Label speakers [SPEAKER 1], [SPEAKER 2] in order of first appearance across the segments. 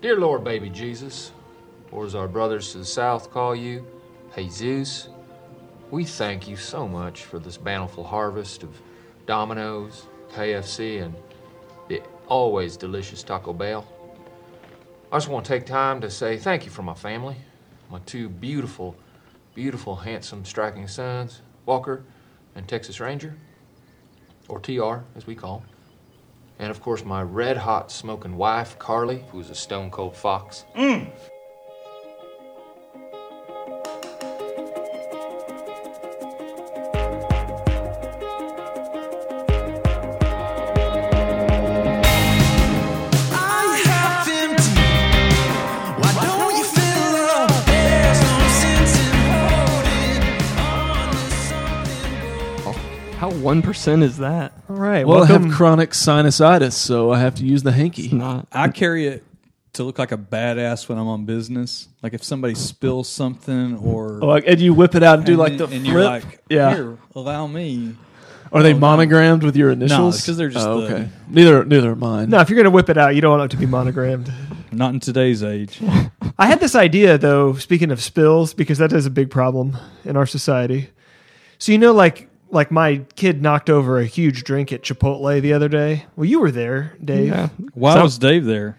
[SPEAKER 1] Dear Lord Baby Jesus, or as our brothers to the south call you, Jesus, we thank you so much for this bountiful harvest of Domino's, KFC, and the always delicious Taco Bell. I just want to take time to say thank you for my family, my two beautiful, beautiful, handsome, striking sons, Walker and Texas Ranger, or TR as we call him. And of course, my red hot smoking wife, Carly, who's a stone cold fox.
[SPEAKER 2] How one percent is that?
[SPEAKER 3] All right.
[SPEAKER 4] Well, I
[SPEAKER 3] welcome.
[SPEAKER 4] have chronic sinusitis, so I have to use the hanky.
[SPEAKER 2] Not.
[SPEAKER 5] I carry it to look like a badass when I'm on business. Like if somebody spills something or
[SPEAKER 4] Oh, Like, and you whip it out and do
[SPEAKER 5] and
[SPEAKER 4] like
[SPEAKER 5] you-
[SPEAKER 4] the
[SPEAKER 5] and
[SPEAKER 4] flip.
[SPEAKER 5] you're like,
[SPEAKER 4] yeah.
[SPEAKER 5] Here, allow me. Oh,
[SPEAKER 4] Are they monogrammed with your initials?
[SPEAKER 5] 'cause they're just
[SPEAKER 4] Oh,
[SPEAKER 5] the-
[SPEAKER 4] okay. Neither, neither are mine.
[SPEAKER 3] no, if you're going to whip it out, you don't want it to be monogrammed.
[SPEAKER 5] Not in today's age.
[SPEAKER 3] I had this idea though, speaking of spills, because that is a big problem in our society. So you know, like like my kid knocked over a huge drink at Chipotle the other day. Well, you were there, Dave,
[SPEAKER 2] Yeah.
[SPEAKER 5] Why
[SPEAKER 2] So-
[SPEAKER 5] was Dave there?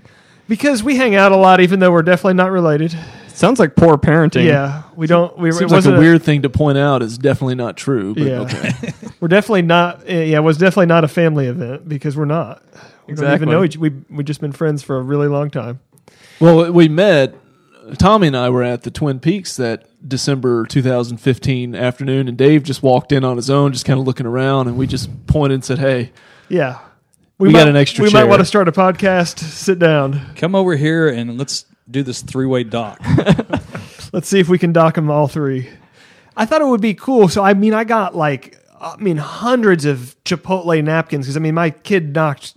[SPEAKER 3] because we hang out a lot, even though we're definitely not related.
[SPEAKER 2] Sounds like poor parenting.
[SPEAKER 3] Yeah, we don't. We
[SPEAKER 4] Seems
[SPEAKER 3] it
[SPEAKER 4] like a
[SPEAKER 3] wasn't
[SPEAKER 4] weird thing to point out is definitely not true. But
[SPEAKER 3] Yeah.
[SPEAKER 4] okay.
[SPEAKER 3] We're definitely not. eh, Yeah, it was definitely not a family event because we're not. We don't even
[SPEAKER 2] Exactly.
[SPEAKER 3] know each. We we just been friends for a really long time.
[SPEAKER 4] Well, we met. Tommy and I were at the Twin Peaks that December 2015 afternoon, and Dave just walked in on his own, just kind of looking around, and we just pointed and said, "Hey,
[SPEAKER 3] Yeah, we,
[SPEAKER 4] We got an extra
[SPEAKER 3] We
[SPEAKER 4] chair.
[SPEAKER 3] might want to start a podcast. Sit down.
[SPEAKER 5] Come over here and let's do this three way dock.
[SPEAKER 3] Let's see if we can dock them all three. I thought it would be cool. So I mean, I got like I mean hundreds of Chipotle napkins because I mean my kid knocked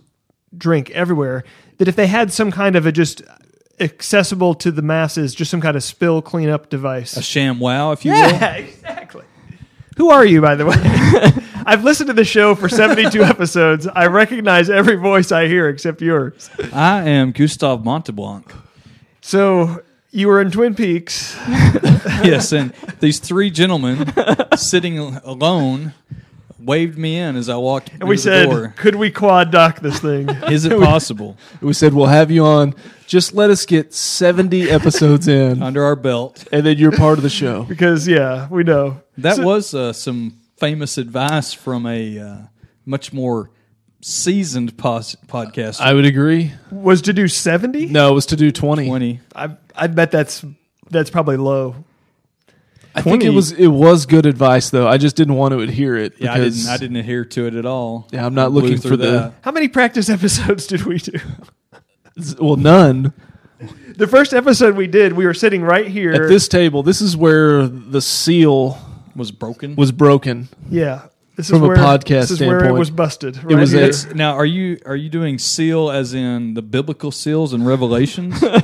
[SPEAKER 3] drink everywhere. That if they had some kind of a just accessible to the masses, just some kind of spill cleanup device.
[SPEAKER 5] A sham wow, if you will.
[SPEAKER 3] Yeah, exactly. Who are you, by the way? I've listened to the show for 72 episodes. I recognize every voice I hear except yours.
[SPEAKER 5] I am Gustav Monteblanc.
[SPEAKER 3] So you were in Twin Peaks.
[SPEAKER 5] Yes, and these three gentlemen sitting alone waved me in as I walked
[SPEAKER 3] And we
[SPEAKER 5] through
[SPEAKER 3] said,
[SPEAKER 5] the door.
[SPEAKER 3] could we quad dock this thing?
[SPEAKER 5] Is it possible
[SPEAKER 4] we said we'll have you on. Just let us get 70 episodes in, and
[SPEAKER 5] under our belt?
[SPEAKER 4] then you're part of the show."
[SPEAKER 3] Because, yeah, we know.
[SPEAKER 5] That
[SPEAKER 3] So-
[SPEAKER 5] was uh, some famous advice from a uh, much more seasoned pos- podcaster.
[SPEAKER 4] I would agree.
[SPEAKER 3] was to do 70?
[SPEAKER 4] No, it was to do 20.
[SPEAKER 5] 20.
[SPEAKER 3] I, I bet that's that's probably low.
[SPEAKER 4] I think it
[SPEAKER 2] 20.
[SPEAKER 4] was it was good advice though. I just didn't want to adhere it.
[SPEAKER 5] Yeah, I didn't.
[SPEAKER 4] because-
[SPEAKER 5] I didn't adhere to it at all.
[SPEAKER 4] Yeah, I'm not
[SPEAKER 5] Blew
[SPEAKER 4] looking
[SPEAKER 5] through
[SPEAKER 4] for the-
[SPEAKER 3] How many practice episodes did we do?
[SPEAKER 4] Well, none.
[SPEAKER 3] The first episode we did, we were sitting right here.
[SPEAKER 4] At this table, this is where the seal
[SPEAKER 5] was broken.
[SPEAKER 4] was broken.
[SPEAKER 3] yeah. This
[SPEAKER 4] From
[SPEAKER 3] is
[SPEAKER 4] a
[SPEAKER 3] where,
[SPEAKER 4] podcast
[SPEAKER 3] This is where it
[SPEAKER 4] standpoint,
[SPEAKER 3] was busted. Right
[SPEAKER 4] was a-
[SPEAKER 3] here.
[SPEAKER 5] It's- now, are you are you doing seal as in the biblical seals and revelations? 'Cause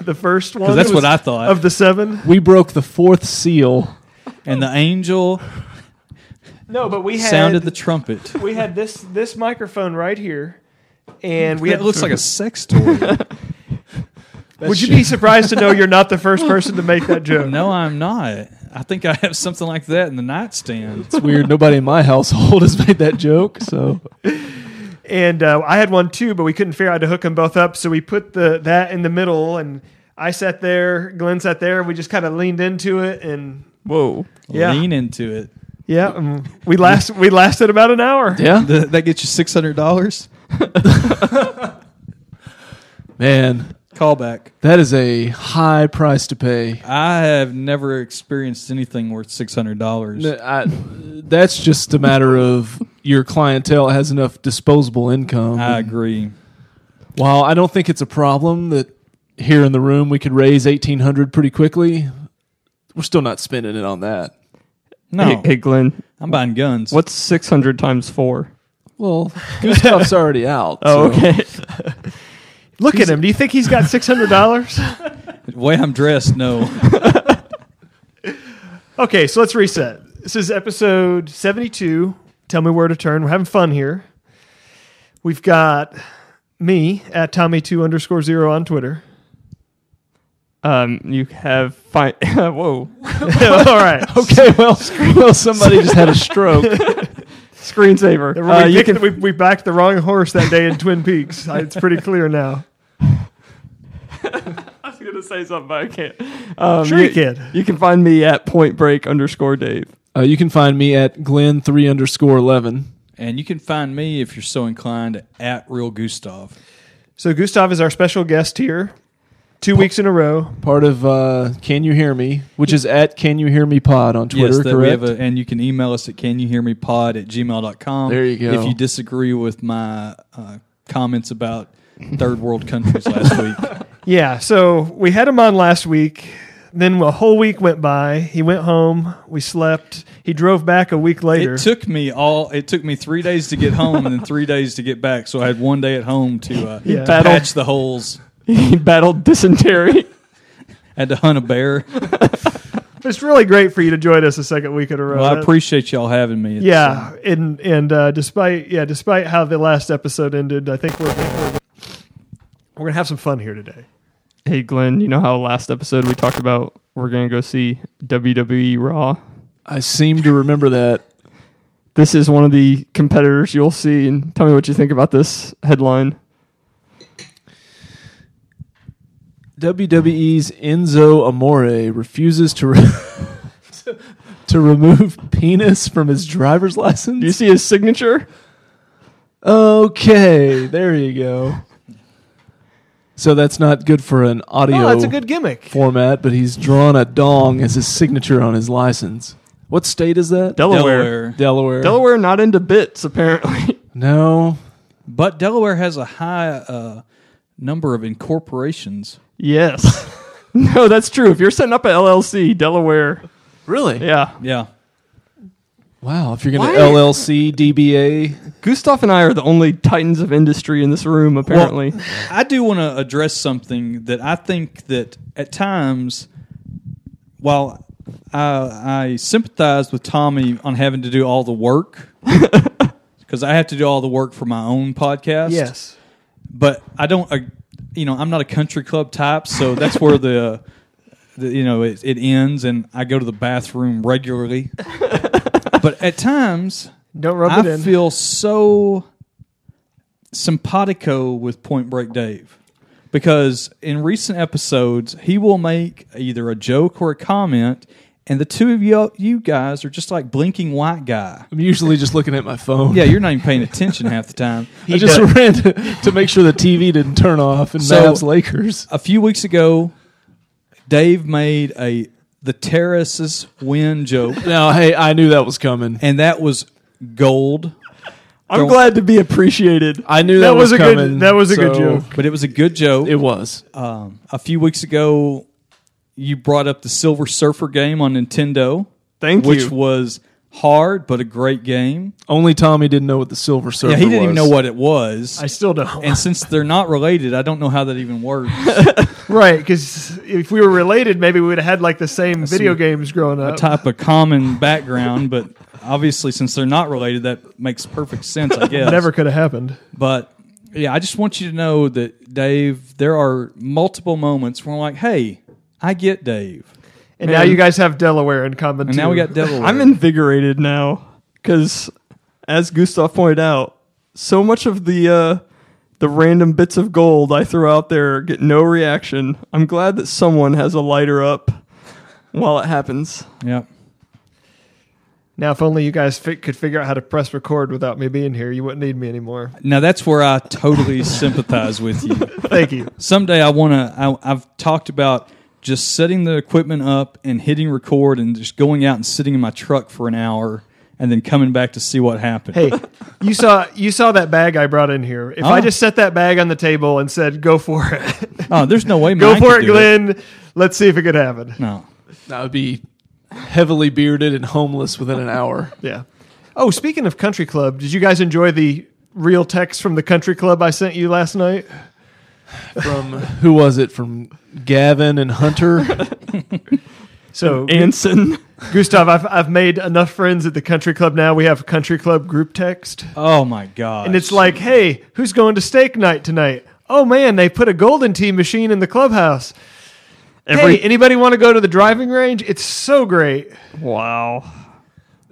[SPEAKER 3] the first one.
[SPEAKER 5] that's
[SPEAKER 3] was-
[SPEAKER 5] what I thought.
[SPEAKER 3] of the seven.
[SPEAKER 4] We broke the fourth seal.
[SPEAKER 5] and the angel
[SPEAKER 3] No, but we had
[SPEAKER 5] sounded the trumpet.
[SPEAKER 3] we had this this microphone right here, and we
[SPEAKER 5] It
[SPEAKER 3] had.
[SPEAKER 5] looks like a sex toy.
[SPEAKER 3] would you be surprised to know you're not the first person to make that joke?
[SPEAKER 5] no, I'm not. I think I have something like that in the nightstand.
[SPEAKER 4] It's weird. Nobody in my household has made that joke. So
[SPEAKER 3] And uh, I had one too, but we couldn't figure out how to hook them both up, so we put the that in the middle, and I sat there, Glenn sat there, and we just kind of leaned into it, and
[SPEAKER 2] Whoa.
[SPEAKER 3] Yeah.
[SPEAKER 5] Lean into it.
[SPEAKER 3] yeah, and we last we lasted about an hour.
[SPEAKER 4] yeah,
[SPEAKER 5] Th- that gets you six hundred dollars.
[SPEAKER 4] man,
[SPEAKER 5] Callback.
[SPEAKER 4] that is a high price to pay.
[SPEAKER 5] I have never experienced anything worth six hundred dollars.
[SPEAKER 4] N- I- that's just a matter of your clientele has enough disposable income.
[SPEAKER 5] I agree.
[SPEAKER 4] While I don't think it's a problem that here in the room we could raise eighteen hundred pretty quickly, we're still not spending it on that.
[SPEAKER 5] No,
[SPEAKER 2] Hey, hey, Glenn.
[SPEAKER 5] I'm buying guns.
[SPEAKER 2] What's six hundred times four?
[SPEAKER 4] Well, Gustav's already out.
[SPEAKER 2] Oh,
[SPEAKER 4] so-
[SPEAKER 2] okay.
[SPEAKER 3] Look at him. Do you think he's got six hundred dollars?
[SPEAKER 5] the way I'm dressed? No,
[SPEAKER 3] Okay, so let's reset. This is episode 72. Tell me where to turn. We're having fun here. We've got me at Tommy2 underscore zero on Twitter.
[SPEAKER 2] Um, you have fi- whoa.
[SPEAKER 3] All right.
[SPEAKER 4] Okay, well, well, somebody just had a stroke.
[SPEAKER 2] Screensaver.
[SPEAKER 3] We,
[SPEAKER 2] Uh, you can
[SPEAKER 3] picked- we, we backed the wrong horse that day in Twin Peaks. I- It's pretty clear now.
[SPEAKER 2] I was gonna say something, but I can't. Um,
[SPEAKER 3] Sure,
[SPEAKER 2] you,
[SPEAKER 3] you can.
[SPEAKER 2] you can find me at Point Break underscore Dave.
[SPEAKER 4] Uh, you can find me at Glenn three underscore eleven.
[SPEAKER 5] And you can find me if you're so inclined at Real Gustav.
[SPEAKER 3] So Gustav is our special guest here, two weeks in a row.
[SPEAKER 4] part of uh, Can You Hear Me, which is at Can You Hear Me Pod on Twitter,
[SPEAKER 5] that we
[SPEAKER 4] correct?
[SPEAKER 5] have a, and you can email us at can you hear me pod at gmail.com.
[SPEAKER 4] There you go.
[SPEAKER 5] If you disagree with my uh, comments about third world countries last week.
[SPEAKER 3] Yeah. So we had him on last week. Then a whole week went by. He went home. We slept. He drove back a week later.
[SPEAKER 5] It took me all it took me three days to get home and then three days to get back. So I had one day at home to uh,
[SPEAKER 3] Yeah.
[SPEAKER 2] Battle.
[SPEAKER 5] patch the holes.
[SPEAKER 2] He battled dysentery.
[SPEAKER 5] I had to hunt a bear.
[SPEAKER 3] it's really great for you to join us a second week in a row.
[SPEAKER 5] Well, I
[SPEAKER 3] That-
[SPEAKER 5] appreciate y'all having me. It's, uh,
[SPEAKER 3] yeah, and and uh, despite yeah, despite how the last episode ended, I think we're we're gonna have some fun here today.
[SPEAKER 2] hey Glenn, you know how last episode we talked about we're gonna go see WWE Raw.
[SPEAKER 4] I seem to remember that.
[SPEAKER 2] This is one of the competitors you'll see, and tell me what you think about this headline.
[SPEAKER 4] WWE's Enzo Amore refuses to, re- to- to remove penis from his driver's
[SPEAKER 2] Do you
[SPEAKER 4] license.
[SPEAKER 2] see his signature?
[SPEAKER 4] Okay, there you go. So that's not good for an audio
[SPEAKER 3] Oh, that's a good gimmick.
[SPEAKER 4] format, but he's drawn a dong as his signature on his license. What state is that?
[SPEAKER 5] uh, Delaware.
[SPEAKER 4] Delaware.
[SPEAKER 2] Delaware not into bits apparently.
[SPEAKER 4] No,
[SPEAKER 5] But Delaware has a high uh, number of incorporations.
[SPEAKER 2] yes. no, that's true. If you're setting up an LLC, Delaware,
[SPEAKER 4] really.
[SPEAKER 2] yeah.
[SPEAKER 5] Yeah.
[SPEAKER 4] Wow, if you're going
[SPEAKER 2] Why-
[SPEAKER 4] to LLC, DBA,
[SPEAKER 2] Gustav and I are the only titans of industry in this room apparently.
[SPEAKER 5] I do want to address something that I think that at times, while I, I sympathize with Tommy on having to do all the work, because I have to do all the work for my own podcast.
[SPEAKER 3] Yes.
[SPEAKER 5] but I don't. Uh, you know, I'm not a country club type, so that's where the, uh, the you know it, it ends, and I go to the bathroom regularly. but at times,
[SPEAKER 3] Don't rub it
[SPEAKER 5] I
[SPEAKER 3] in.
[SPEAKER 5] feel so simpatico with Point Break Dave because in recent episodes he will make either a joke or a comment, and the two of you you guys are just like blinking white guy.
[SPEAKER 4] I'm usually just looking at my phone.
[SPEAKER 5] Yeah, you're not even paying attention half the time.
[SPEAKER 4] I just ran to, to make sure the TV didn't turn off in
[SPEAKER 5] So-
[SPEAKER 4] Mavs Lakers.
[SPEAKER 5] a few weeks ago, Dave made a the terraces win joke,
[SPEAKER 4] Now, hey, I knew that was coming.
[SPEAKER 5] and that was gold.
[SPEAKER 2] I'm
[SPEAKER 5] Don't-
[SPEAKER 2] glad to be appreciated.
[SPEAKER 4] I knew that,
[SPEAKER 3] That was a good-
[SPEAKER 4] coming,
[SPEAKER 3] that was a good
[SPEAKER 4] so-
[SPEAKER 3] joke.
[SPEAKER 5] But it was a good joke.
[SPEAKER 4] It was.
[SPEAKER 5] um, a few weeks ago, you brought up the Silver Surfer game on Nintendo,
[SPEAKER 2] Thank
[SPEAKER 5] which
[SPEAKER 2] you.
[SPEAKER 5] was hard but a great game.
[SPEAKER 4] Only Tommy didn't know what the Silver Surfer
[SPEAKER 5] Yeah,
[SPEAKER 4] was.
[SPEAKER 5] he didn't even know what it was.
[SPEAKER 3] I still don't.
[SPEAKER 5] and since they're not related, I don't know how that even works.
[SPEAKER 3] Right, because if we were related, maybe we would have had like the same video games growing up.
[SPEAKER 5] type of common background, but obviously, since they're not related, that makes perfect sense, I guess.
[SPEAKER 3] Never could have happened.
[SPEAKER 5] But yeah, I just want you to know that Dave, there are multiple moments where I'm like, hey, I get Dave.
[SPEAKER 3] And now you guys have Delaware in common.
[SPEAKER 5] And now we got Devil.
[SPEAKER 2] I'm invigorated now because, as Gustav pointed out, so much of the uh, the random bits of gold I throw out there get no reaction. I'm glad that someone has a lighter up while it happens.
[SPEAKER 5] Yeah.
[SPEAKER 3] Now, if only you guys fi- could figure out how to press record without me being here, you wouldn't need me anymore.
[SPEAKER 5] Now that's where I totally sympathize with you.
[SPEAKER 3] Thank you.
[SPEAKER 5] Someday I want to, I've talked about just setting the equipment up and hitting record and just going out and sitting in my truck for an hour and then coming back to see what happened.
[SPEAKER 3] Hey, you saw you saw that bag I brought in here. If I
[SPEAKER 5] Oh.
[SPEAKER 3] just set that bag on the table and said, "Go for it,
[SPEAKER 5] Oh, there's no way, man.
[SPEAKER 3] go
[SPEAKER 5] I
[SPEAKER 3] for
[SPEAKER 5] could
[SPEAKER 3] it,
[SPEAKER 5] do
[SPEAKER 3] Glenn," let's see if it could happen.
[SPEAKER 5] No.
[SPEAKER 4] That would be heavily bearded and homeless within an hour.
[SPEAKER 3] Yeah. Oh, speaking of country club, did you guys enjoy the real text from the country club I sent you last night?
[SPEAKER 4] From who was it? From Gavin and Hunter?
[SPEAKER 3] So
[SPEAKER 2] Anson,
[SPEAKER 3] Gustav, I've, I've made enough friends at the country club now. We have a country club group text.
[SPEAKER 5] Oh, my God.
[SPEAKER 3] And it's like, hey, who's going to steak night tonight? Oh man, they put a golden tea machine in the clubhouse.
[SPEAKER 2] Every
[SPEAKER 3] hey, anybody want to go to the driving range? It's so great.
[SPEAKER 2] wow.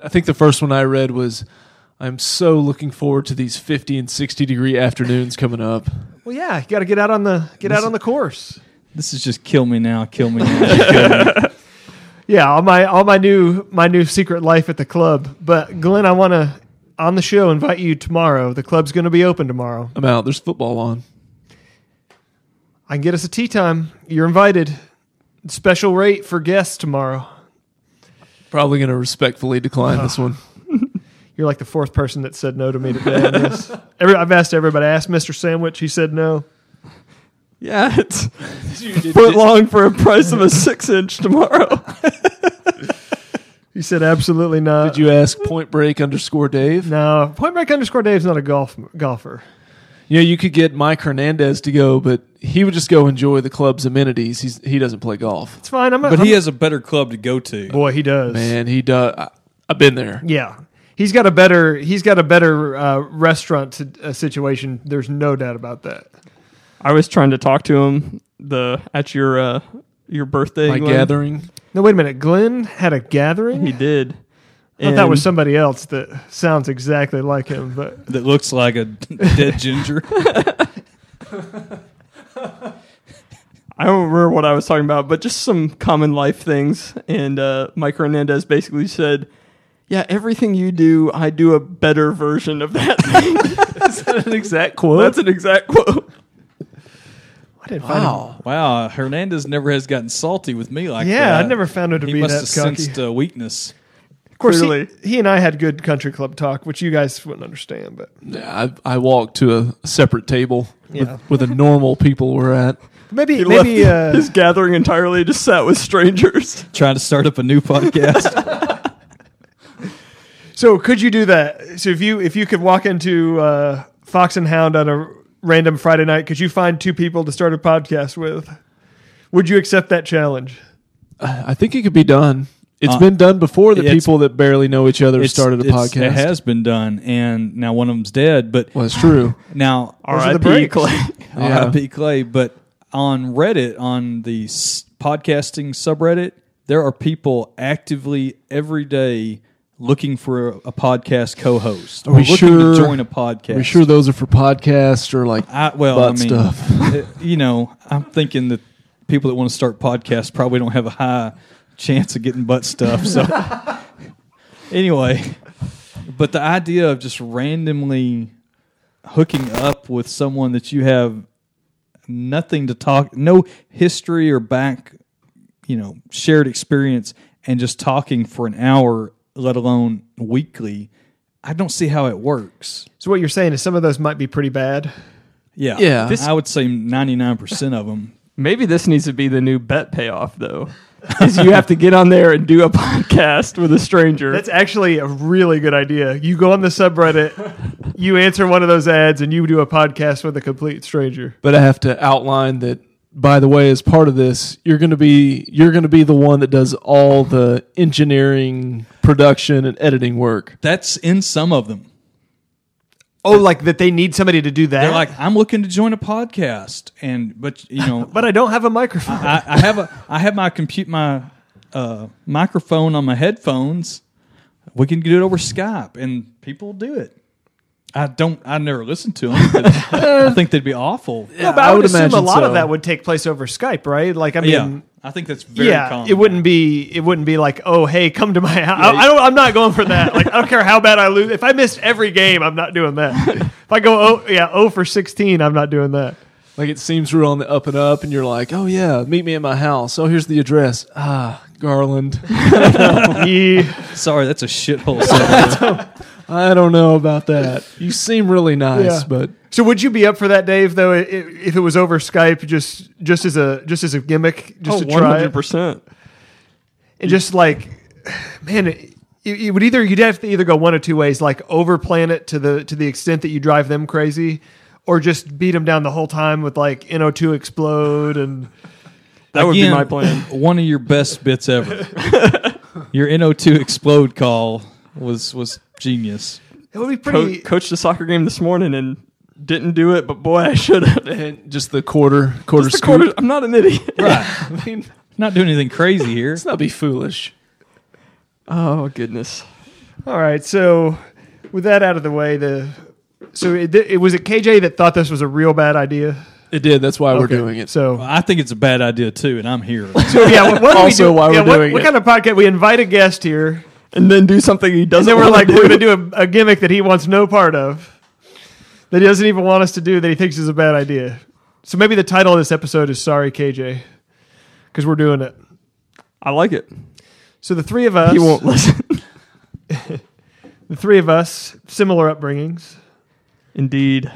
[SPEAKER 4] I think the first one I read was, "I'm so looking forward to these 50 and 60 degree afternoons coming up."
[SPEAKER 3] Well, yeah, you got to get out on the get out on the course.
[SPEAKER 5] This is just kill me now, kill me now.
[SPEAKER 3] Yeah, all my all my new my new secret life at the club. But Glenn, I want to on the show invite you tomorrow. The club's going to be open tomorrow.
[SPEAKER 4] I'm out. There's football on.
[SPEAKER 3] I can get us a tea time. You're invited. Special rate for guests tomorrow.
[SPEAKER 4] Probably going to respectfully decline this one.
[SPEAKER 3] You're like the fourth person that said no to me today. on this. Every, I've asked everybody. I asked Mr. Sandwich. He said no.
[SPEAKER 2] Yeah, it's foot long for a price of a six inch tomorrow.
[SPEAKER 3] He said absolutely not.
[SPEAKER 4] Did you ask Point Break underscore Dave?
[SPEAKER 3] No. Point Break underscore Dave's not a golf golfer.
[SPEAKER 4] Yeah, you could get Mike Hernandez to go, but he would just go enjoy the club's amenities. He's he doesn't play golf.
[SPEAKER 3] It's fine. I'm a,
[SPEAKER 5] but
[SPEAKER 3] I'm-
[SPEAKER 5] he has a better club to go to.
[SPEAKER 3] boy. He does.
[SPEAKER 4] Man, he does. I, I've been there.
[SPEAKER 3] Yeah. He's got a better. He's got a better uh, restaurant to, uh, situation. There's no doubt about that.
[SPEAKER 2] I was trying to talk to him the at your uh, your birthday.
[SPEAKER 4] My
[SPEAKER 2] Glenn.
[SPEAKER 4] gathering.
[SPEAKER 3] No, wait a minute. Glenn had a gathering.
[SPEAKER 2] He did.
[SPEAKER 3] I thought that was
[SPEAKER 2] And-
[SPEAKER 3] somebody else that sounds exactly like him. But
[SPEAKER 5] That looks like a dead ginger.
[SPEAKER 2] I don't remember what I was talking about, but just some common life things. And uh, Mike Hernandez basically said, "Yeah, everything you do, I do a better version of that." Thing.
[SPEAKER 4] Is that an exact quote?
[SPEAKER 2] That's an exact quote.
[SPEAKER 3] I didn't find him.
[SPEAKER 4] wow.
[SPEAKER 5] wow, Hernandez never has gotten salty with me like that.
[SPEAKER 3] Yeah, I never found him to
[SPEAKER 5] He
[SPEAKER 3] be
[SPEAKER 5] must
[SPEAKER 3] that
[SPEAKER 5] have
[SPEAKER 3] cocky.
[SPEAKER 5] sensed uh, weakness.
[SPEAKER 3] of course, he,
[SPEAKER 2] Clearly.
[SPEAKER 3] he and I had good country club talk, which you guys wouldn't understand. But
[SPEAKER 4] Yeah, I, I walked to a separate table
[SPEAKER 3] Yeah.
[SPEAKER 4] with, with the normal people we're at.
[SPEAKER 3] maybe
[SPEAKER 2] He
[SPEAKER 3] maybe
[SPEAKER 2] left
[SPEAKER 3] uh,
[SPEAKER 2] his gathering entirely, just sat with strangers.
[SPEAKER 5] Trying to start up a new podcast.
[SPEAKER 3] So could you do that? So if you if you could walk into uh, Fox and Hound on a random Friday night, could you find two people to start a podcast with? Would you accept that challenge?
[SPEAKER 4] I think it could be done. It's
[SPEAKER 5] Uh,
[SPEAKER 4] been done before that
[SPEAKER 5] it's-
[SPEAKER 4] people that barely know each other
[SPEAKER 5] It's-
[SPEAKER 4] started a
[SPEAKER 5] it's-
[SPEAKER 4] podcast.
[SPEAKER 5] It has been done, and now one of them's dead. But
[SPEAKER 4] well, it's true.
[SPEAKER 5] now,
[SPEAKER 3] are the breaks.
[SPEAKER 2] Clay.
[SPEAKER 4] Yeah.
[SPEAKER 5] RIP Clay. But on Reddit, on the s- podcasting subreddit, there are people actively every day looking for a, a podcast co-host or
[SPEAKER 4] we
[SPEAKER 5] looking
[SPEAKER 4] sure-
[SPEAKER 5] to join a podcast.
[SPEAKER 4] Are we sure those are for podcasts or like
[SPEAKER 5] I, well,
[SPEAKER 4] butt
[SPEAKER 5] I mean,
[SPEAKER 4] stuff?
[SPEAKER 5] uh, you know, I'm thinking that people that want to start podcasts probably don't have a high chance of getting butt stuff. So, anyway, but the idea of just randomly hooking up with someone that you have nothing to talk, no history or back, you know, shared experience, and just talking for an hour, let alone weekly, I don't see how it works.
[SPEAKER 3] So what you're saying is some of those might be pretty bad.
[SPEAKER 5] Yeah.
[SPEAKER 4] Yeah.
[SPEAKER 5] This- I would say 99% of them.
[SPEAKER 2] Maybe this needs to be the new bet payoff, though. is you have to get on there and do a podcast with a stranger.
[SPEAKER 3] That's actually a really good idea. You go on the subreddit, you answer one of those ads, and you do a podcast with a complete stranger.
[SPEAKER 4] but I have to outline that. By the way, as part of this, you're going to be you're going to be the one that does all the engineering, production, and editing work.
[SPEAKER 5] That's in some of them.
[SPEAKER 3] Oh, like that they need somebody to do that.
[SPEAKER 5] They're like, I'm looking to join a podcast. And, but, you know,
[SPEAKER 3] but I don't have a microphone.
[SPEAKER 5] I, I have a, I have my compute, my uh, microphone on my headphones. We can do it over Skype and people do it. I don't, I never listened to them. But I think they'd be awful.
[SPEAKER 3] no, but I,
[SPEAKER 4] I
[SPEAKER 3] would,
[SPEAKER 4] would
[SPEAKER 3] assume a
[SPEAKER 4] imagine
[SPEAKER 3] lot of
[SPEAKER 4] so.
[SPEAKER 3] that would take place over Skype, right? Like, I mean,
[SPEAKER 5] Yeah. I think that's very
[SPEAKER 3] yeah,
[SPEAKER 5] common.
[SPEAKER 3] it wouldn't be. It wouldn't be like, oh, hey, come to my house. I, I don't. I'm not going for that. Like, I don't care how bad I lose. If I missed every game, I'm not doing that. if I go, oh yeah, oh for 16, I'm not doing that.
[SPEAKER 4] Like it seems we're on the up and up, and you're like, oh yeah, meet me at my house. Oh, here's the address. Ah, Garland.
[SPEAKER 3] Yeah.
[SPEAKER 5] Sorry, that's a shithole. subreddit.
[SPEAKER 4] I don't know about that. You seem really nice,
[SPEAKER 3] Yeah.
[SPEAKER 4] but
[SPEAKER 3] so would you be up for that, Dave? Though, i- i- if it was over Skype, just just as a just as a gimmick, just
[SPEAKER 2] oh,
[SPEAKER 3] to try, it?
[SPEAKER 2] 100%.
[SPEAKER 3] and just like, man. It, it it would either you'd have to either go one or two ways, like overplan it to the to the extent that you drive them crazy, or just beat them down the whole time with like NO2 explode and
[SPEAKER 2] That would be
[SPEAKER 5] Again,
[SPEAKER 2] my plan.
[SPEAKER 5] One of your best bits ever. your NO2 explode call was was genius.
[SPEAKER 3] it would be
[SPEAKER 2] Co-
[SPEAKER 3] pretty.
[SPEAKER 2] coached a soccer game this morning and didn't do it, but boy, I should have.
[SPEAKER 4] and just the quarter quarter
[SPEAKER 2] Just a
[SPEAKER 4] scoop.
[SPEAKER 2] quarter- I'm not an idiot.
[SPEAKER 5] Right.
[SPEAKER 4] I mean,
[SPEAKER 5] not doing anything crazy here.
[SPEAKER 4] Let's not be foolish.
[SPEAKER 2] Oh goodness.
[SPEAKER 3] All right, so with that out of the way, the so it, it was it KJ that thought this was a real bad idea.
[SPEAKER 4] It did. That's why we're
[SPEAKER 3] Okay,
[SPEAKER 4] doing it.
[SPEAKER 3] So
[SPEAKER 5] Well, I think it's a bad idea too, and I'm here.
[SPEAKER 3] So yeah, what, what do
[SPEAKER 4] Also
[SPEAKER 3] we do?
[SPEAKER 4] why we're
[SPEAKER 3] yeah, what,
[SPEAKER 4] doing
[SPEAKER 3] what
[SPEAKER 4] it.
[SPEAKER 3] kind of podcast? We invite a guest here,
[SPEAKER 2] And then do something he
[SPEAKER 3] and
[SPEAKER 2] doesn't.
[SPEAKER 3] then we're
[SPEAKER 2] wanna
[SPEAKER 3] like,
[SPEAKER 2] do.
[SPEAKER 3] we're going to do a, a gimmick that he wants no part of, that he doesn't even want us to do, that he thinks is a bad idea. So maybe the title of this episode is "Sorry, KJ," because we're doing it.
[SPEAKER 2] I like it.
[SPEAKER 3] So the three of us,
[SPEAKER 2] He won't listen.
[SPEAKER 3] the three of us, similar upbringings.
[SPEAKER 2] Indeed.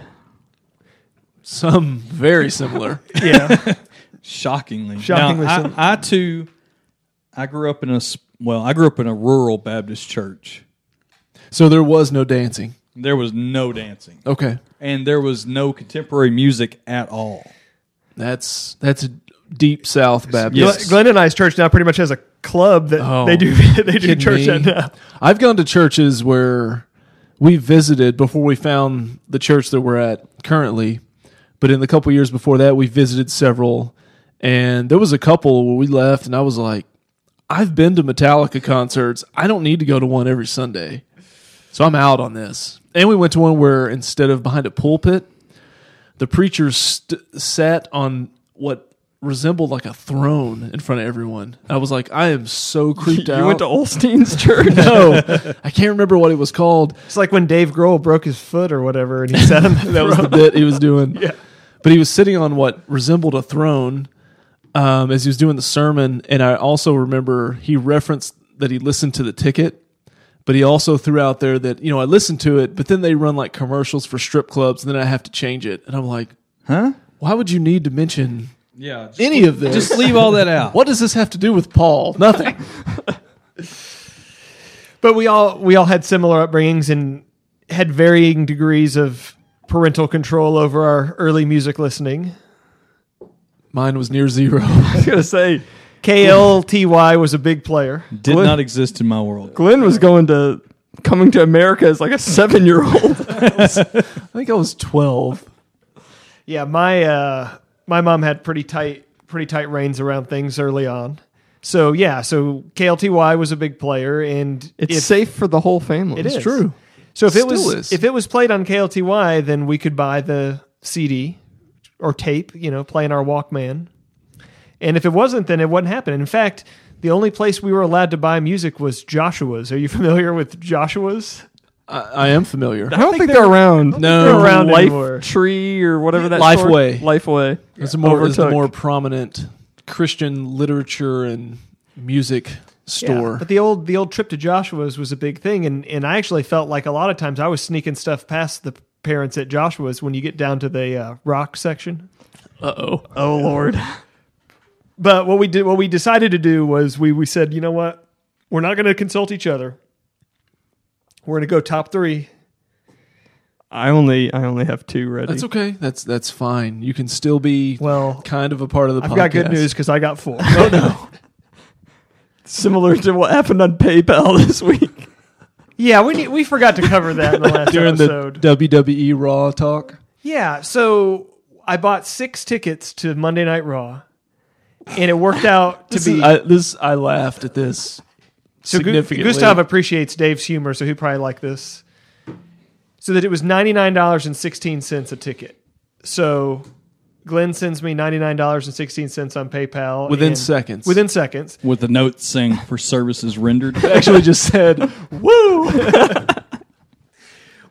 [SPEAKER 4] Some very similar.
[SPEAKER 3] Yeah,
[SPEAKER 5] Shockingly,
[SPEAKER 3] Shockingly
[SPEAKER 5] Now,
[SPEAKER 3] similar.
[SPEAKER 5] I, I too, I grew up in a s- well, I grew up in a rural Baptist church.
[SPEAKER 4] so there was no dancing.
[SPEAKER 5] There was no dancing,
[SPEAKER 4] Okay,
[SPEAKER 5] and there was no contemporary music at all.
[SPEAKER 4] that's that's a deep South
[SPEAKER 3] Glenn
[SPEAKER 4] Baptist.
[SPEAKER 3] Glenn and I's church now pretty much has a club that
[SPEAKER 4] Oh,
[SPEAKER 3] they do they do
[SPEAKER 4] kidding
[SPEAKER 3] church
[SPEAKER 4] me?
[SPEAKER 3] at now.
[SPEAKER 4] I've gone to churches where we visited before we found the church that we're at currently, but in the couple years before that, we visited several, and there was a couple where we left, and I was like, I've been to Metallica concerts. I don't need to go to one every Sunday, so I'm out on this. And we went to one where instead of behind a pulpit, the preacher st- sat on what resembled like a throne in front of everyone. I was like, I am so creeped out.
[SPEAKER 2] You went to Olstein's church.
[SPEAKER 4] No, I can't remember what it was called.
[SPEAKER 3] It's like when Dave Grohl broke his foot or whatever, and he sat on
[SPEAKER 4] That was the bit he was doing. Yeah. But he was sitting on what resembled a throne um, as he was doing the sermon. And I also remember he referenced that he listened to the ticket, but he also threw out there that, you know, I listened to it, but then they run like commercials for strip clubs and then I have to change it. And I'm like,
[SPEAKER 5] Huh?
[SPEAKER 4] why would you need to mention
[SPEAKER 5] Yeah. Just,
[SPEAKER 4] any of this?
[SPEAKER 5] just leave all that out.
[SPEAKER 4] what does this have to do with Paul? Nothing.
[SPEAKER 3] but we all we all had similar upbringings and had varying degrees of parental control over our early music listening.
[SPEAKER 4] Mine was near zero.
[SPEAKER 2] I was gonna say
[SPEAKER 3] KLTY was a big player.
[SPEAKER 5] Did not exist in my world.
[SPEAKER 2] Glenn was going to coming to America as like a seven year old.
[SPEAKER 4] I think I was 12.
[SPEAKER 3] Yeah, my uh, my mom had pretty tight pretty tight reins around things early on. So yeah, so KLTY was a big player, and
[SPEAKER 2] It's
[SPEAKER 3] if-
[SPEAKER 2] safe for the whole family.
[SPEAKER 3] It is. So if it
[SPEAKER 4] Still
[SPEAKER 3] was
[SPEAKER 4] is.
[SPEAKER 3] if it was played on KLTY, then we could buy the CD or tape, you know, playing our Walkman. And if it wasn't, then it wouldn't happen. In fact, the only place we were allowed to buy music was Joshua's. Are you familiar with Joshua's?
[SPEAKER 4] I, I am familiar.
[SPEAKER 2] I don't think, they're, around.
[SPEAKER 4] No.
[SPEAKER 2] They're
[SPEAKER 3] around
[SPEAKER 2] Life
[SPEAKER 3] anymore.
[SPEAKER 2] Tree or whatever that.
[SPEAKER 4] Lifeway.
[SPEAKER 2] Store, Lifeway.
[SPEAKER 4] It's a more it's a
[SPEAKER 2] Overtook.
[SPEAKER 4] more prominent Christian literature and music store.
[SPEAKER 3] Yeah, but the old the old trip to Joshua's was a big thing, and and I actually felt like a lot of times I was sneaking stuff past the parents at Joshua's when you get down to the uh, rock section.
[SPEAKER 4] Uh-oh.
[SPEAKER 3] Oh Lord. But what we did what we decided to do was we we said, you know what? We're not gonna consult each other. We're gonna go top three.
[SPEAKER 2] I only I only have two ready.
[SPEAKER 4] That's okay. That's that's fine. You can still be
[SPEAKER 3] Well
[SPEAKER 4] kind of a part of the
[SPEAKER 3] I've
[SPEAKER 4] podcast.
[SPEAKER 3] got good news because I got four.
[SPEAKER 2] Similar to what happened on PayPal this week.
[SPEAKER 3] yeah, we need, we forgot to cover that in the last
[SPEAKER 4] During
[SPEAKER 3] episode.
[SPEAKER 4] the WWE Raw talk.
[SPEAKER 3] yeah, so I bought six tickets to Monday Night Raw. And it worked out to
[SPEAKER 4] This
[SPEAKER 3] be
[SPEAKER 4] is- I, this I laughed at this
[SPEAKER 3] So Gu-
[SPEAKER 4] significantly.
[SPEAKER 3] Gustav appreciates Dave's humor, so he probably like this. So that it was ninety nine dollars and sixteen cents a ticket. So Glenn sends me ninety nine dollars and sixteen cents on PayPal
[SPEAKER 4] Within
[SPEAKER 3] and-
[SPEAKER 4] seconds.
[SPEAKER 3] Within seconds,
[SPEAKER 5] With the note saying for services rendered.
[SPEAKER 4] actually just said, "Woo!"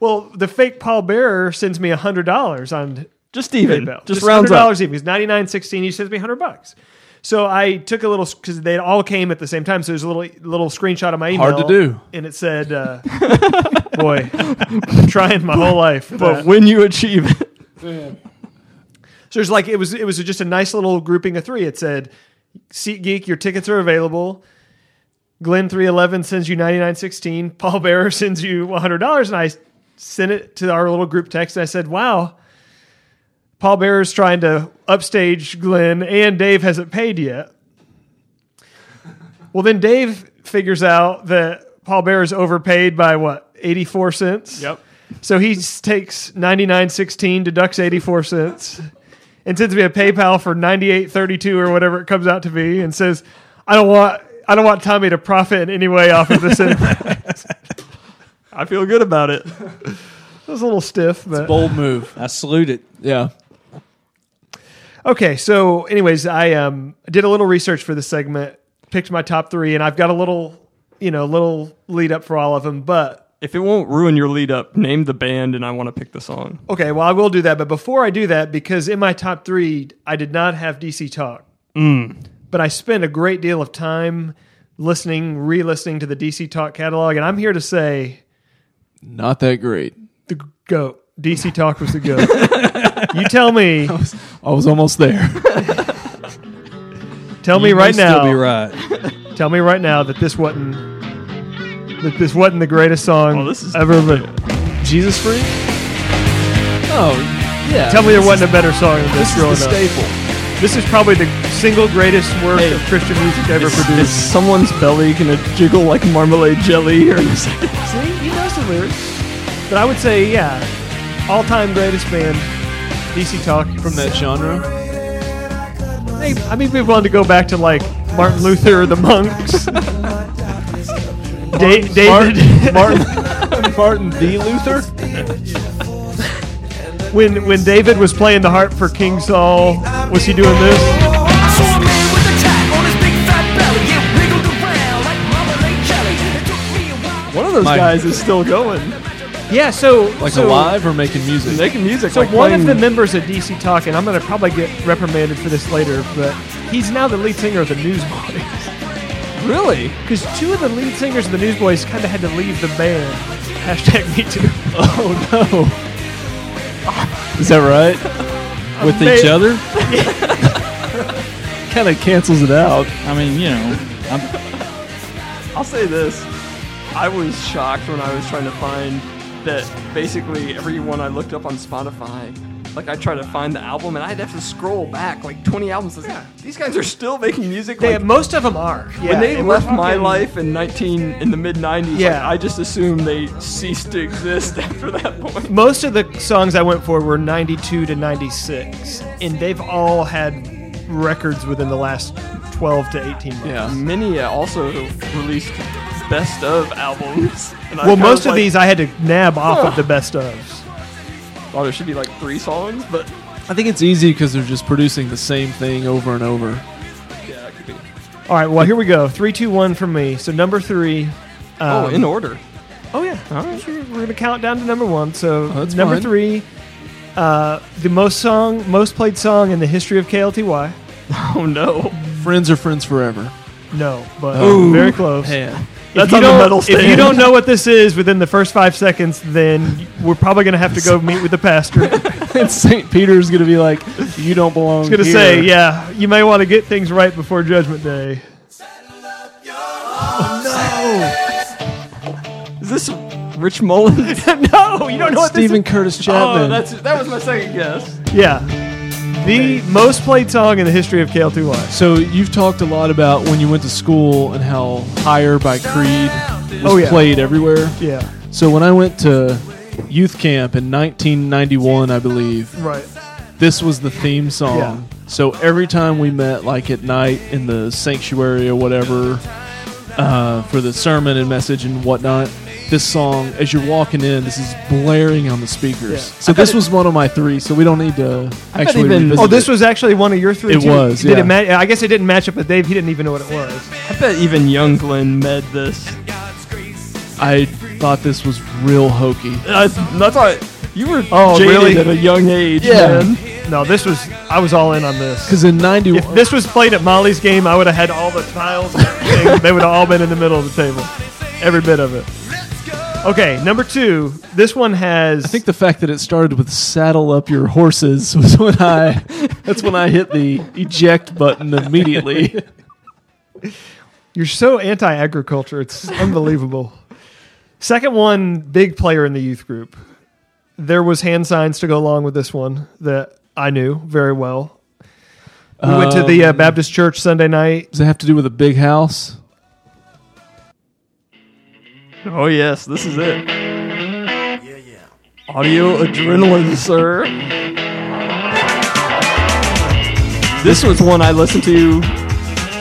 [SPEAKER 3] well, the fake Paul Bearer sends me hundred dollars on
[SPEAKER 2] Just even.
[SPEAKER 3] PayPal.
[SPEAKER 2] Just, rounds up.
[SPEAKER 3] dollars even. He's ninety nine sixteen. He sends me hundred bucks. So I took a little because they all came at the same time. So there's a little little screenshot of my email.
[SPEAKER 4] Hard to do.
[SPEAKER 3] and it said, uh, "Boy, I'm trying my whole life." for that.
[SPEAKER 2] But when you achieve it,
[SPEAKER 3] So there's like it was it was just a nice little grouping of three. It said SeatGeek, your tickets are available. Glenn three eleven sends you ninety nine sixteen. Paul Bearer sends you one hundred dollars, and I sent it to our little group text. And I said, "Wow, Paul Bearer's trying to upstage Glenn, and Dave hasn't paid yet." Well, then Dave figures out that Paul Bearer's overpaid by what eighty four cents. So he s- takes ninety nine sixteen, deducts eighty four cents, and sends me a PayPal for ninety eight thirty two or whatever it comes out to be, and says, "I don't want." I don't want Tommy to profit in any way off of this. it
[SPEAKER 2] I feel good about it.
[SPEAKER 3] was a little stiff, but
[SPEAKER 4] Bold move.
[SPEAKER 5] I salute it.
[SPEAKER 4] Yeah.
[SPEAKER 3] Okay, so anyways, I um did a little research for this segment, picked my top three, and I've got a little, you know, little lead up for all of them. But
[SPEAKER 2] If it won't ruin your lead up, name the band and I want to pick the song.
[SPEAKER 3] okay, well, I will do that. But before I do that, because in my top three, I did not have DC Talk, but I spent a great deal of time listening, re-listening to the DC Talk catalog, and I'm here to say
[SPEAKER 4] Not that great.
[SPEAKER 3] the goat. DC Talk was the goat. you tell me,
[SPEAKER 4] I was almost there.
[SPEAKER 3] tell me
[SPEAKER 5] You may
[SPEAKER 3] right
[SPEAKER 5] still
[SPEAKER 3] now.
[SPEAKER 5] be right.
[SPEAKER 3] Tell me right now that this wasn't that this wasn't the greatest song
[SPEAKER 2] Oh, this is-
[SPEAKER 3] ever written.
[SPEAKER 4] Jesus freak. Oh yeah.
[SPEAKER 3] Tell me there wasn't a better song than this
[SPEAKER 4] this is the
[SPEAKER 3] growing up.
[SPEAKER 4] staple.
[SPEAKER 3] This is probably the single greatest work of Christian music ever
[SPEAKER 2] Is,
[SPEAKER 3] produced.
[SPEAKER 2] is someone's belly gonna jiggle like marmalade jelly here in a second?
[SPEAKER 3] See, he knows the lyrics. But I would say, yeah, all-time greatest band, DC Talk.
[SPEAKER 4] From that genre.
[SPEAKER 3] Hey, I mean, we wanted to go back to like Martin Luther, the monks, da- David.
[SPEAKER 4] Martin Martin D. Luther?
[SPEAKER 3] when when David was playing the harp for King Saul, was he doing this?
[SPEAKER 6] Saw a man with a tat on his big fat belly. It wiggled around like marmalade jelly. It took me a while.
[SPEAKER 2] One of those
[SPEAKER 4] Mike.
[SPEAKER 2] guys is still going,
[SPEAKER 3] Yeah, so
[SPEAKER 4] Like
[SPEAKER 3] so,
[SPEAKER 4] alive or making music?
[SPEAKER 2] making music.
[SPEAKER 3] So
[SPEAKER 2] like
[SPEAKER 3] one
[SPEAKER 2] playing-
[SPEAKER 3] of the members of DC Talk, and I'm going to probably get reprimanded for this later, but he's now the lead singer of the Newsboys.
[SPEAKER 2] really.
[SPEAKER 3] Because two of the lead singers of the Newsboys kind of had to leave the band. Hashtag me too.
[SPEAKER 4] Oh no. Is that right?
[SPEAKER 5] With each
[SPEAKER 3] Amazing.
[SPEAKER 5] other?
[SPEAKER 4] kind of cancels it out.
[SPEAKER 5] I mean, you know, I'm,
[SPEAKER 2] I'll say this. I was shocked when I was trying to find that basically everyone I looked up on Spotify, like I tried to find the album and I'd have to scroll back like 20 albums. Like, These guys are still making music.
[SPEAKER 3] They,
[SPEAKER 2] like,
[SPEAKER 3] most of them are. Yeah,
[SPEAKER 2] when they
[SPEAKER 3] and we're
[SPEAKER 2] left my
[SPEAKER 3] talking-
[SPEAKER 2] life in 19 in the mid 90s,
[SPEAKER 3] Yeah.
[SPEAKER 2] like, I just assumed they ceased to exist after that point.
[SPEAKER 3] most of the songs I went for were 92 to 96, and they've all had records within the last 12 to 18 months.
[SPEAKER 4] Yeah.
[SPEAKER 2] Many uh, also released best of albums. And I
[SPEAKER 3] Well,
[SPEAKER 2] kind
[SPEAKER 3] most of
[SPEAKER 2] like,
[SPEAKER 3] these I had to nab off of
[SPEAKER 2] Huh.
[SPEAKER 3] the best ofs.
[SPEAKER 2] thought it Oh, should be like three songs, but
[SPEAKER 4] I think it's easy because they're just producing the same thing over and over.
[SPEAKER 2] yeah, it could be.
[SPEAKER 3] All right, well, here we go. Three, two, one from me. So number three.
[SPEAKER 2] Oh,
[SPEAKER 3] um,
[SPEAKER 2] in order.
[SPEAKER 3] Oh yeah, Sure, we're gonna count down to number one. So
[SPEAKER 4] Oh, that's
[SPEAKER 3] number
[SPEAKER 4] fine.
[SPEAKER 3] three, uh, the most song, most played song in the history of KLTY.
[SPEAKER 2] Oh no.
[SPEAKER 4] Friends are friends forever.
[SPEAKER 3] No, but
[SPEAKER 4] Oh.
[SPEAKER 3] very close.
[SPEAKER 4] Yeah.
[SPEAKER 3] If
[SPEAKER 2] That's
[SPEAKER 3] you
[SPEAKER 2] on the
[SPEAKER 3] don't-
[SPEAKER 2] metal
[SPEAKER 3] If you
[SPEAKER 2] stand.
[SPEAKER 3] don't know what this is within the first five seconds, then we're probably gonna have to go meet with the pastor. It's
[SPEAKER 4] and St. Peter's gonna be like, you don't belong.
[SPEAKER 3] gonna
[SPEAKER 4] here."
[SPEAKER 3] say, yeah, you may want to get things right before Judgment Day.
[SPEAKER 2] Is this Rich Mullins?
[SPEAKER 3] no, Oh, you don't know what
[SPEAKER 4] Stephen Curtis Chapman.
[SPEAKER 2] oh, that's that was my second guess.
[SPEAKER 3] this. Yeah, the most played song in the history of KLTY.
[SPEAKER 4] so you've talked a lot about when you went to school and how "Higher" by Creed was
[SPEAKER 3] Oh, yeah.
[SPEAKER 4] played everywhere.
[SPEAKER 3] Yeah,
[SPEAKER 4] So when I went to youth camp in 1991, I believe
[SPEAKER 3] right.
[SPEAKER 4] this was the theme song.
[SPEAKER 3] Yeah.
[SPEAKER 4] So every time we met, like at night in the sanctuary or whatever, uh, for the sermon and message and whatnot, this song, as you're walking in, this is blaring on the speakers.
[SPEAKER 3] Yeah.
[SPEAKER 4] So this was one of my three, so we don't need to actually
[SPEAKER 2] even-
[SPEAKER 4] revisit
[SPEAKER 3] Oh, this
[SPEAKER 4] it.
[SPEAKER 3] was actually one of your three.
[SPEAKER 4] It
[SPEAKER 3] too?
[SPEAKER 4] was,
[SPEAKER 3] Did
[SPEAKER 4] yeah.
[SPEAKER 3] it ma- I guess it didn't match up with Dave. He didn't even know what it was.
[SPEAKER 2] I bet even young Glenn med this.
[SPEAKER 4] I thought this was real hokey.
[SPEAKER 3] Uh,
[SPEAKER 2] That's, that's why you were
[SPEAKER 3] Oh,
[SPEAKER 2] jaded
[SPEAKER 3] really?
[SPEAKER 2] at a young age,
[SPEAKER 4] Yeah.
[SPEAKER 2] man.
[SPEAKER 3] No, this was. I was all in on this.
[SPEAKER 4] Because in
[SPEAKER 3] If
[SPEAKER 4] 91,
[SPEAKER 3] this was played at Molly's game, I would have had all the tiles. And everything. they would have all been in the middle of the table, every bit of it. Okay, number two. This one has.
[SPEAKER 4] I think the fact that it started with "saddle up your horses" was when I. that's when I hit the eject button immediately.
[SPEAKER 3] you're so anti-agriculture. It's unbelievable. Second one, big player in the youth group. There was hand signs to go along with this one that I knew very well. We went to the uh, Baptist church Sunday night.
[SPEAKER 4] Does it have to do with a big house?
[SPEAKER 2] Oh yes, this is it. Yeah, yeah. Audio adrenaline, sir. This was one I listened to.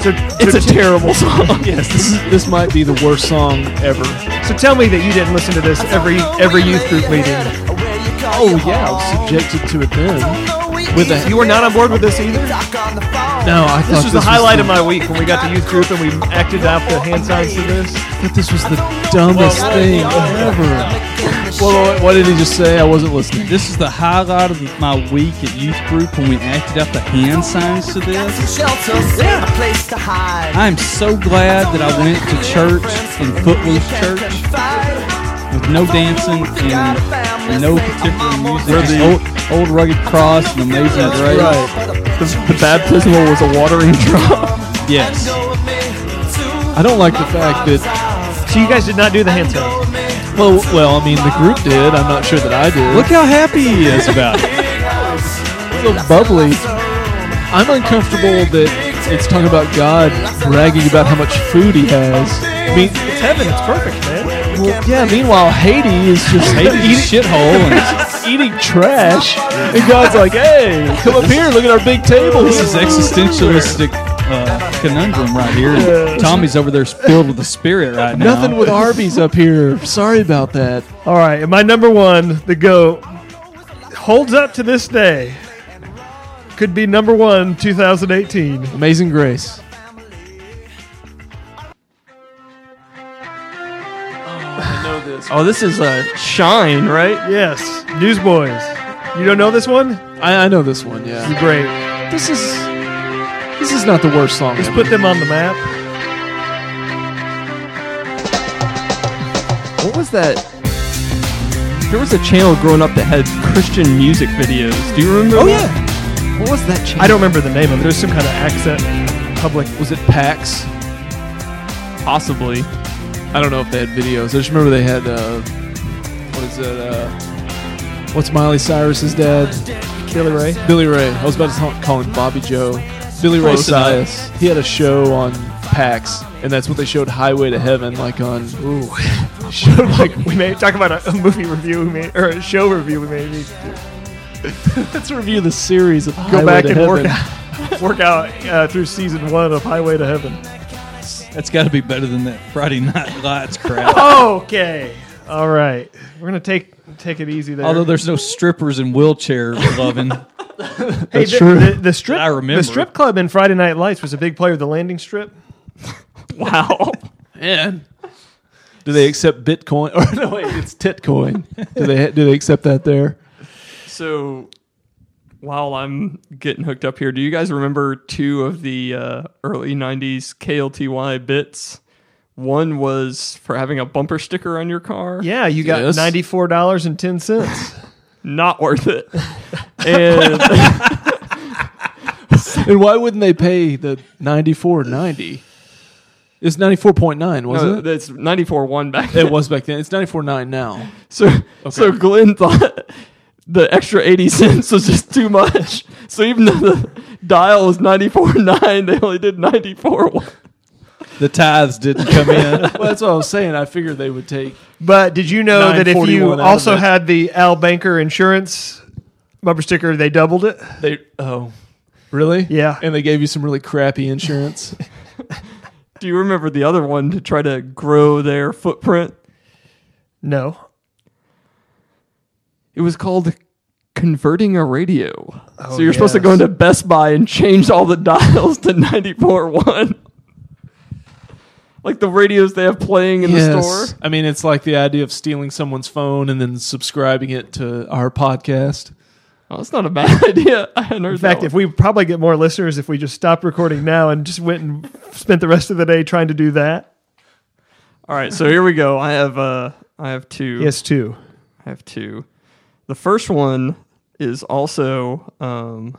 [SPEAKER 3] So,
[SPEAKER 2] It's
[SPEAKER 3] so,
[SPEAKER 2] a terrible song.
[SPEAKER 4] Yes, this, is, this might be the worst song ever.
[SPEAKER 3] so tell me that you didn't listen to this every every youth group meeting.
[SPEAKER 4] Oh yeah, I was subjected to it then.
[SPEAKER 6] With
[SPEAKER 4] a-
[SPEAKER 6] a,
[SPEAKER 3] You were not on board with this either.
[SPEAKER 4] No, I
[SPEAKER 3] This
[SPEAKER 4] thought
[SPEAKER 3] was the highlight
[SPEAKER 4] the,
[SPEAKER 3] of my week when we got to youth group and we acted out the hand signs to this.
[SPEAKER 4] But this was the dumbest
[SPEAKER 3] Whoa.
[SPEAKER 4] thing ever. Well, what- what did he just say? I wasn't listening.
[SPEAKER 5] This is the highlight of my week at youth group when we acted out the hand signs to this. I'm so glad that I went to church in Footloose Church with no dancing and no particular music. just old, old rugged cross and amazing grace.
[SPEAKER 2] The, the baptismal was a watering drop.
[SPEAKER 5] Yes.
[SPEAKER 4] I don't like the fact that.
[SPEAKER 3] So you guys did not do the hand signs.
[SPEAKER 4] Well, well, I mean, the group did. I'm not sure that I did.
[SPEAKER 5] Look how happy he is about it.
[SPEAKER 4] so bubbly. I'm uncomfortable that it's talking about God bragging about how much food he has. I mean,
[SPEAKER 3] It's heaven. It's perfect, man.
[SPEAKER 4] well, yeah. Meanwhile, Haiti is just
[SPEAKER 5] Haiti's a shithole and
[SPEAKER 4] eating trash, and God's like, "Hey, come up here. Look at our big table."
[SPEAKER 5] this is existentialistic uh, conundrum right here. And Tommy's over there filled with the spirit right now.
[SPEAKER 4] Nothing with Arby's up here. Sorry about that.
[SPEAKER 3] All right, and my number one, the goat, holds up to this day. Could be number one 2018.
[SPEAKER 4] Amazing Grace.
[SPEAKER 2] Oh, this is a shine, right?
[SPEAKER 3] Yes, Newsboys. You don't know this one?
[SPEAKER 4] I, I know this one. Yeah,
[SPEAKER 3] Great.
[SPEAKER 4] this is this is not the worst song.
[SPEAKER 3] Let's
[SPEAKER 4] ever.
[SPEAKER 3] put them on the map.
[SPEAKER 2] What was that? There was a channel growing up that had Christian music videos. Do you remember?
[SPEAKER 4] Oh
[SPEAKER 2] that?
[SPEAKER 4] yeah,
[SPEAKER 2] What was that channel?
[SPEAKER 3] I don't remember the name of it. There's some kind of accent. Public.
[SPEAKER 4] was it PAX?
[SPEAKER 2] possibly.
[SPEAKER 4] I don't know if they had videos. I just remember they had uh, what is it? Uh, what's Miley Cyrus's dad? Billy Ray. Billy Ray. I was about to call- call him Bobby Joe. Billy Ray
[SPEAKER 2] Close enough.
[SPEAKER 4] Cyrus. He had a show on PAX, and that's what they showed Highway to Heaven, like on. Ooh. showed like
[SPEAKER 3] We may talk about a, a movie review we may, or a show review we may need to
[SPEAKER 4] let's review the series of
[SPEAKER 3] go back and work out, work out uh, through season one of Highway to Heaven.
[SPEAKER 5] That's got to be better than that Friday Night Lights crap.
[SPEAKER 3] Okay. All right. We're gonna take take it easy there.
[SPEAKER 5] Although there's no strippers in wheelchair loving.
[SPEAKER 3] Hey,
[SPEAKER 4] That's
[SPEAKER 3] the,
[SPEAKER 4] true.
[SPEAKER 3] The, the strip,
[SPEAKER 5] I remember.
[SPEAKER 3] the strip club in Friday Night Lights was a big player. The landing strip.
[SPEAKER 2] Wow.
[SPEAKER 4] Man. Do they accept Bitcoin? Or no, wait, it's Titcoin. Do they do they accept that there?
[SPEAKER 2] So, while I'm getting hooked up here, do you guys remember two of the uh, early '90s KLTY bits? One was for having a bumper sticker on your car.
[SPEAKER 3] Yeah, you got
[SPEAKER 4] Yes.
[SPEAKER 3] ninety four dollars and ten cents.
[SPEAKER 2] not worth it. and
[SPEAKER 4] And why wouldn't they pay the ninety four ninety? It's ninety four point nine, wasn't
[SPEAKER 2] no,
[SPEAKER 4] it?
[SPEAKER 2] that's 94 one back.
[SPEAKER 4] It
[SPEAKER 2] Then.
[SPEAKER 4] was back then. It's ninety four nine now.
[SPEAKER 2] So, so Glenn thought the extra 80 cents was just too much. So even though the dial was 94.9, they only did 94.1.
[SPEAKER 5] The tithes didn't come in.
[SPEAKER 4] Well, that's what I was saying. I figured they would take.
[SPEAKER 3] But did you know that if
[SPEAKER 4] 941 out
[SPEAKER 3] you
[SPEAKER 4] of
[SPEAKER 3] also
[SPEAKER 4] it.
[SPEAKER 3] had the Al Banker insurance bumper sticker, they doubled it?
[SPEAKER 4] They oh, really?
[SPEAKER 3] Yeah.
[SPEAKER 4] And they gave you some really crappy insurance.
[SPEAKER 2] Do you remember the other one to try to grow their footprint?
[SPEAKER 3] No.
[SPEAKER 2] It was called converting a radio. so you're supposed to
[SPEAKER 3] Oh, yes.
[SPEAKER 2] go into Best Buy and change all the dials to 94.1. Like the radios they have playing in the store.
[SPEAKER 4] I mean, it's like the idea of stealing someone's phone and then subscribing it to our podcast.
[SPEAKER 2] Oh, that's not a bad idea. I hadn't heard
[SPEAKER 3] In fact, if we probably get more listeners if we just stopped recording now and just went and spent the rest of the day trying to do that.
[SPEAKER 2] All right, so here we go. I have uh, I have two.
[SPEAKER 3] Yes, too.
[SPEAKER 2] I have two. The first one is also um,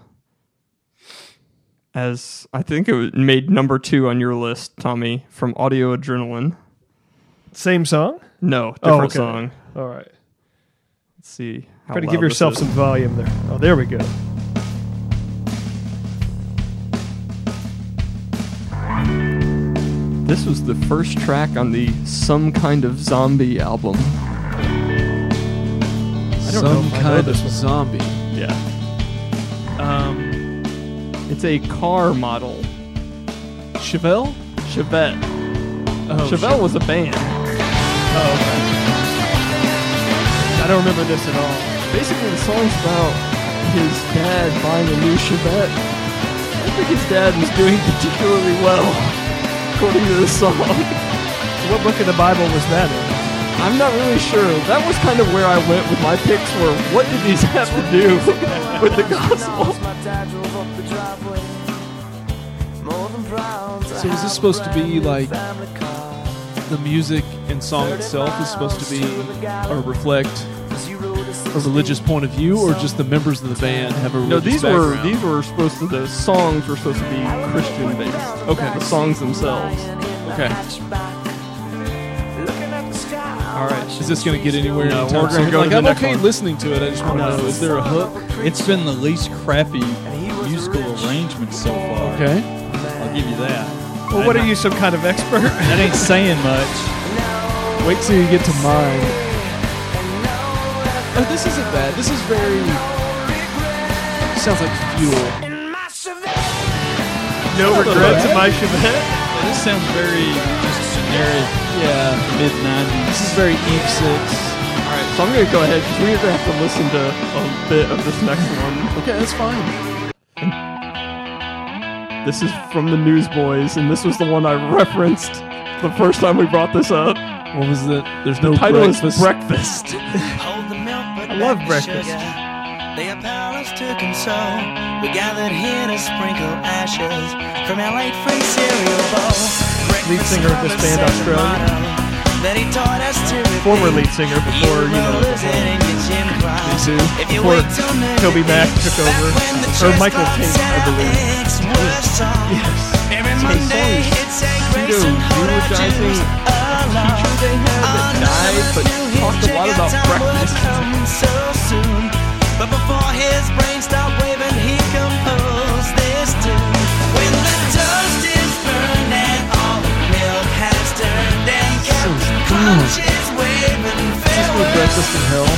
[SPEAKER 2] as I think it was made number two on your list, Tommy, from Audio Adrenaline.
[SPEAKER 3] Same song.
[SPEAKER 2] No, different
[SPEAKER 3] Oh, okay.
[SPEAKER 2] song.
[SPEAKER 3] All right.
[SPEAKER 2] Let's see. How
[SPEAKER 3] Try to
[SPEAKER 2] loud
[SPEAKER 3] give
[SPEAKER 2] this
[SPEAKER 3] yourself
[SPEAKER 2] is.
[SPEAKER 3] some volume there. Oh, there we go.
[SPEAKER 2] This was the first track on the Some Kind of Zombie album.
[SPEAKER 3] don't know
[SPEAKER 4] some
[SPEAKER 3] if I know
[SPEAKER 4] kind of
[SPEAKER 3] this one.
[SPEAKER 4] zombie.
[SPEAKER 2] Yeah. Um, It's a car model.
[SPEAKER 4] Chevelle?
[SPEAKER 2] Chevette.
[SPEAKER 4] Oh,
[SPEAKER 2] Chevelle was a band.
[SPEAKER 3] I don't remember this at all.
[SPEAKER 2] Basically, the song's about his dad buying a new Chevette. I think his dad was doing particularly well, according to the song.
[SPEAKER 3] What book of the Bible was that in?
[SPEAKER 2] I'm not really sure. That was kind of where I went with my picks were what did these have to do with the gospel?
[SPEAKER 4] So is this supposed to be like the music and song itself is supposed to be or reflect a religious point of view, or just the members of the band have a religious
[SPEAKER 2] No, these were
[SPEAKER 4] background?
[SPEAKER 2] these were supposed to the songs were supposed to be Christian based.
[SPEAKER 4] Okay.
[SPEAKER 2] The songs themselves.
[SPEAKER 4] okay.
[SPEAKER 5] All right.
[SPEAKER 4] Is this going to get anywhere?
[SPEAKER 2] No,
[SPEAKER 4] anytime
[SPEAKER 2] we're gonna
[SPEAKER 4] soon?
[SPEAKER 2] go to
[SPEAKER 4] like,
[SPEAKER 2] the
[SPEAKER 4] I'm
[SPEAKER 2] next
[SPEAKER 4] okay
[SPEAKER 2] one.
[SPEAKER 4] listening to it. I just want to know: is there a hook?
[SPEAKER 5] It's been the least crappy musical arrangement so far.
[SPEAKER 4] Okay.
[SPEAKER 5] I'll give you that.
[SPEAKER 3] Well, what are you, some kind of expert?
[SPEAKER 5] That ain't saying much.
[SPEAKER 4] Wait till you get to mine. Oh, this isn't bad. This is very. Sounds like fuel.
[SPEAKER 3] No
[SPEAKER 4] regrets
[SPEAKER 3] in my Chevette.
[SPEAKER 5] This sounds very just generic
[SPEAKER 4] Yeah.
[SPEAKER 5] mid 90s.
[SPEAKER 4] This is very Eve Six.
[SPEAKER 2] So I'm gonna go ahead because we're gonna have to listen to a bit of this next one.
[SPEAKER 4] Okay, that's fine.
[SPEAKER 2] This is from the Newsboys, and this was the one I referenced the first time we brought this up.
[SPEAKER 4] What was the? There's no
[SPEAKER 2] Title
[SPEAKER 4] breakfast.
[SPEAKER 2] is Breakfast.
[SPEAKER 7] I
[SPEAKER 3] love breakfast.
[SPEAKER 7] They are powerless to console. We gathered here to sprinkle ashes from our late free cereal bowl. Breakfast
[SPEAKER 3] singer of this band,
[SPEAKER 7] promise and the
[SPEAKER 3] Australian.
[SPEAKER 7] motto That he taught us to repeat.
[SPEAKER 3] Former lead singer before, you know,
[SPEAKER 7] will lose it in your gym class.
[SPEAKER 3] too.
[SPEAKER 7] If you
[SPEAKER 3] Before
[SPEAKER 7] wait till
[SPEAKER 3] Toby Mac
[SPEAKER 7] midnight,
[SPEAKER 3] took
[SPEAKER 7] back
[SPEAKER 3] over.
[SPEAKER 7] when the
[SPEAKER 3] Or
[SPEAKER 7] church
[SPEAKER 3] Michael
[SPEAKER 7] clock
[SPEAKER 3] Tate, I
[SPEAKER 7] sound
[SPEAKER 3] believe.
[SPEAKER 7] its worst song. Every Monday, it's a grace and hold our Jews alone.
[SPEAKER 2] that died, but talked a lot about breakfast.
[SPEAKER 7] So soon, but before his brain stopped waving, he composed this tune. When the toast is burned and all the milk has turned and kept conscious waving farewells.
[SPEAKER 4] Breakfast in hell.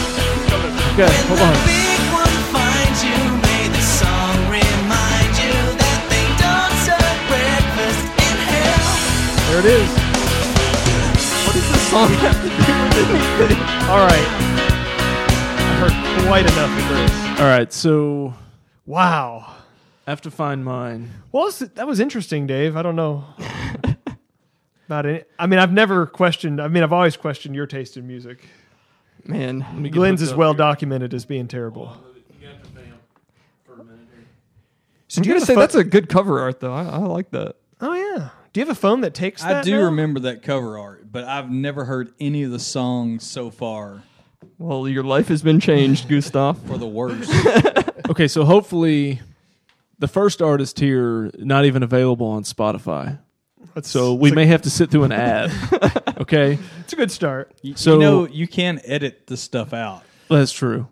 [SPEAKER 4] Okay, hold
[SPEAKER 7] When the
[SPEAKER 4] on.
[SPEAKER 7] big one finds you, may the song remind you that they don't serve breakfast in hell.
[SPEAKER 3] There it is.
[SPEAKER 2] what does this song have to do with anything?
[SPEAKER 3] All right. I heard quite enough of this.
[SPEAKER 4] All right, so
[SPEAKER 3] Wow.
[SPEAKER 4] I have to find mine.
[SPEAKER 3] Well, that's- that was interesting, Dave. I don't know about it. I mean, I've never questioned. I mean, I've always questioned your taste in music.
[SPEAKER 2] Man,
[SPEAKER 3] Glenn's is well documented as being terrible. So
[SPEAKER 2] I'm
[SPEAKER 3] do you
[SPEAKER 2] gonna
[SPEAKER 3] have
[SPEAKER 2] say
[SPEAKER 3] a pho-
[SPEAKER 2] that's a good cover art though. I, I like that.
[SPEAKER 3] Oh yeah. Do you have a phone that takes?
[SPEAKER 5] I
[SPEAKER 3] that
[SPEAKER 5] do
[SPEAKER 3] now?
[SPEAKER 5] remember that cover art, but I've never heard any of the songs so far
[SPEAKER 2] Well, your life has been changed, Gustav.
[SPEAKER 5] for the worst.
[SPEAKER 4] Okay, so hopefully the first artist here not even available on Spotify.
[SPEAKER 3] That's-
[SPEAKER 4] So we may have to sit through an ad. Okay,
[SPEAKER 3] It's a good start.
[SPEAKER 4] so
[SPEAKER 5] you know, you can edit the stuff out.
[SPEAKER 4] that's true.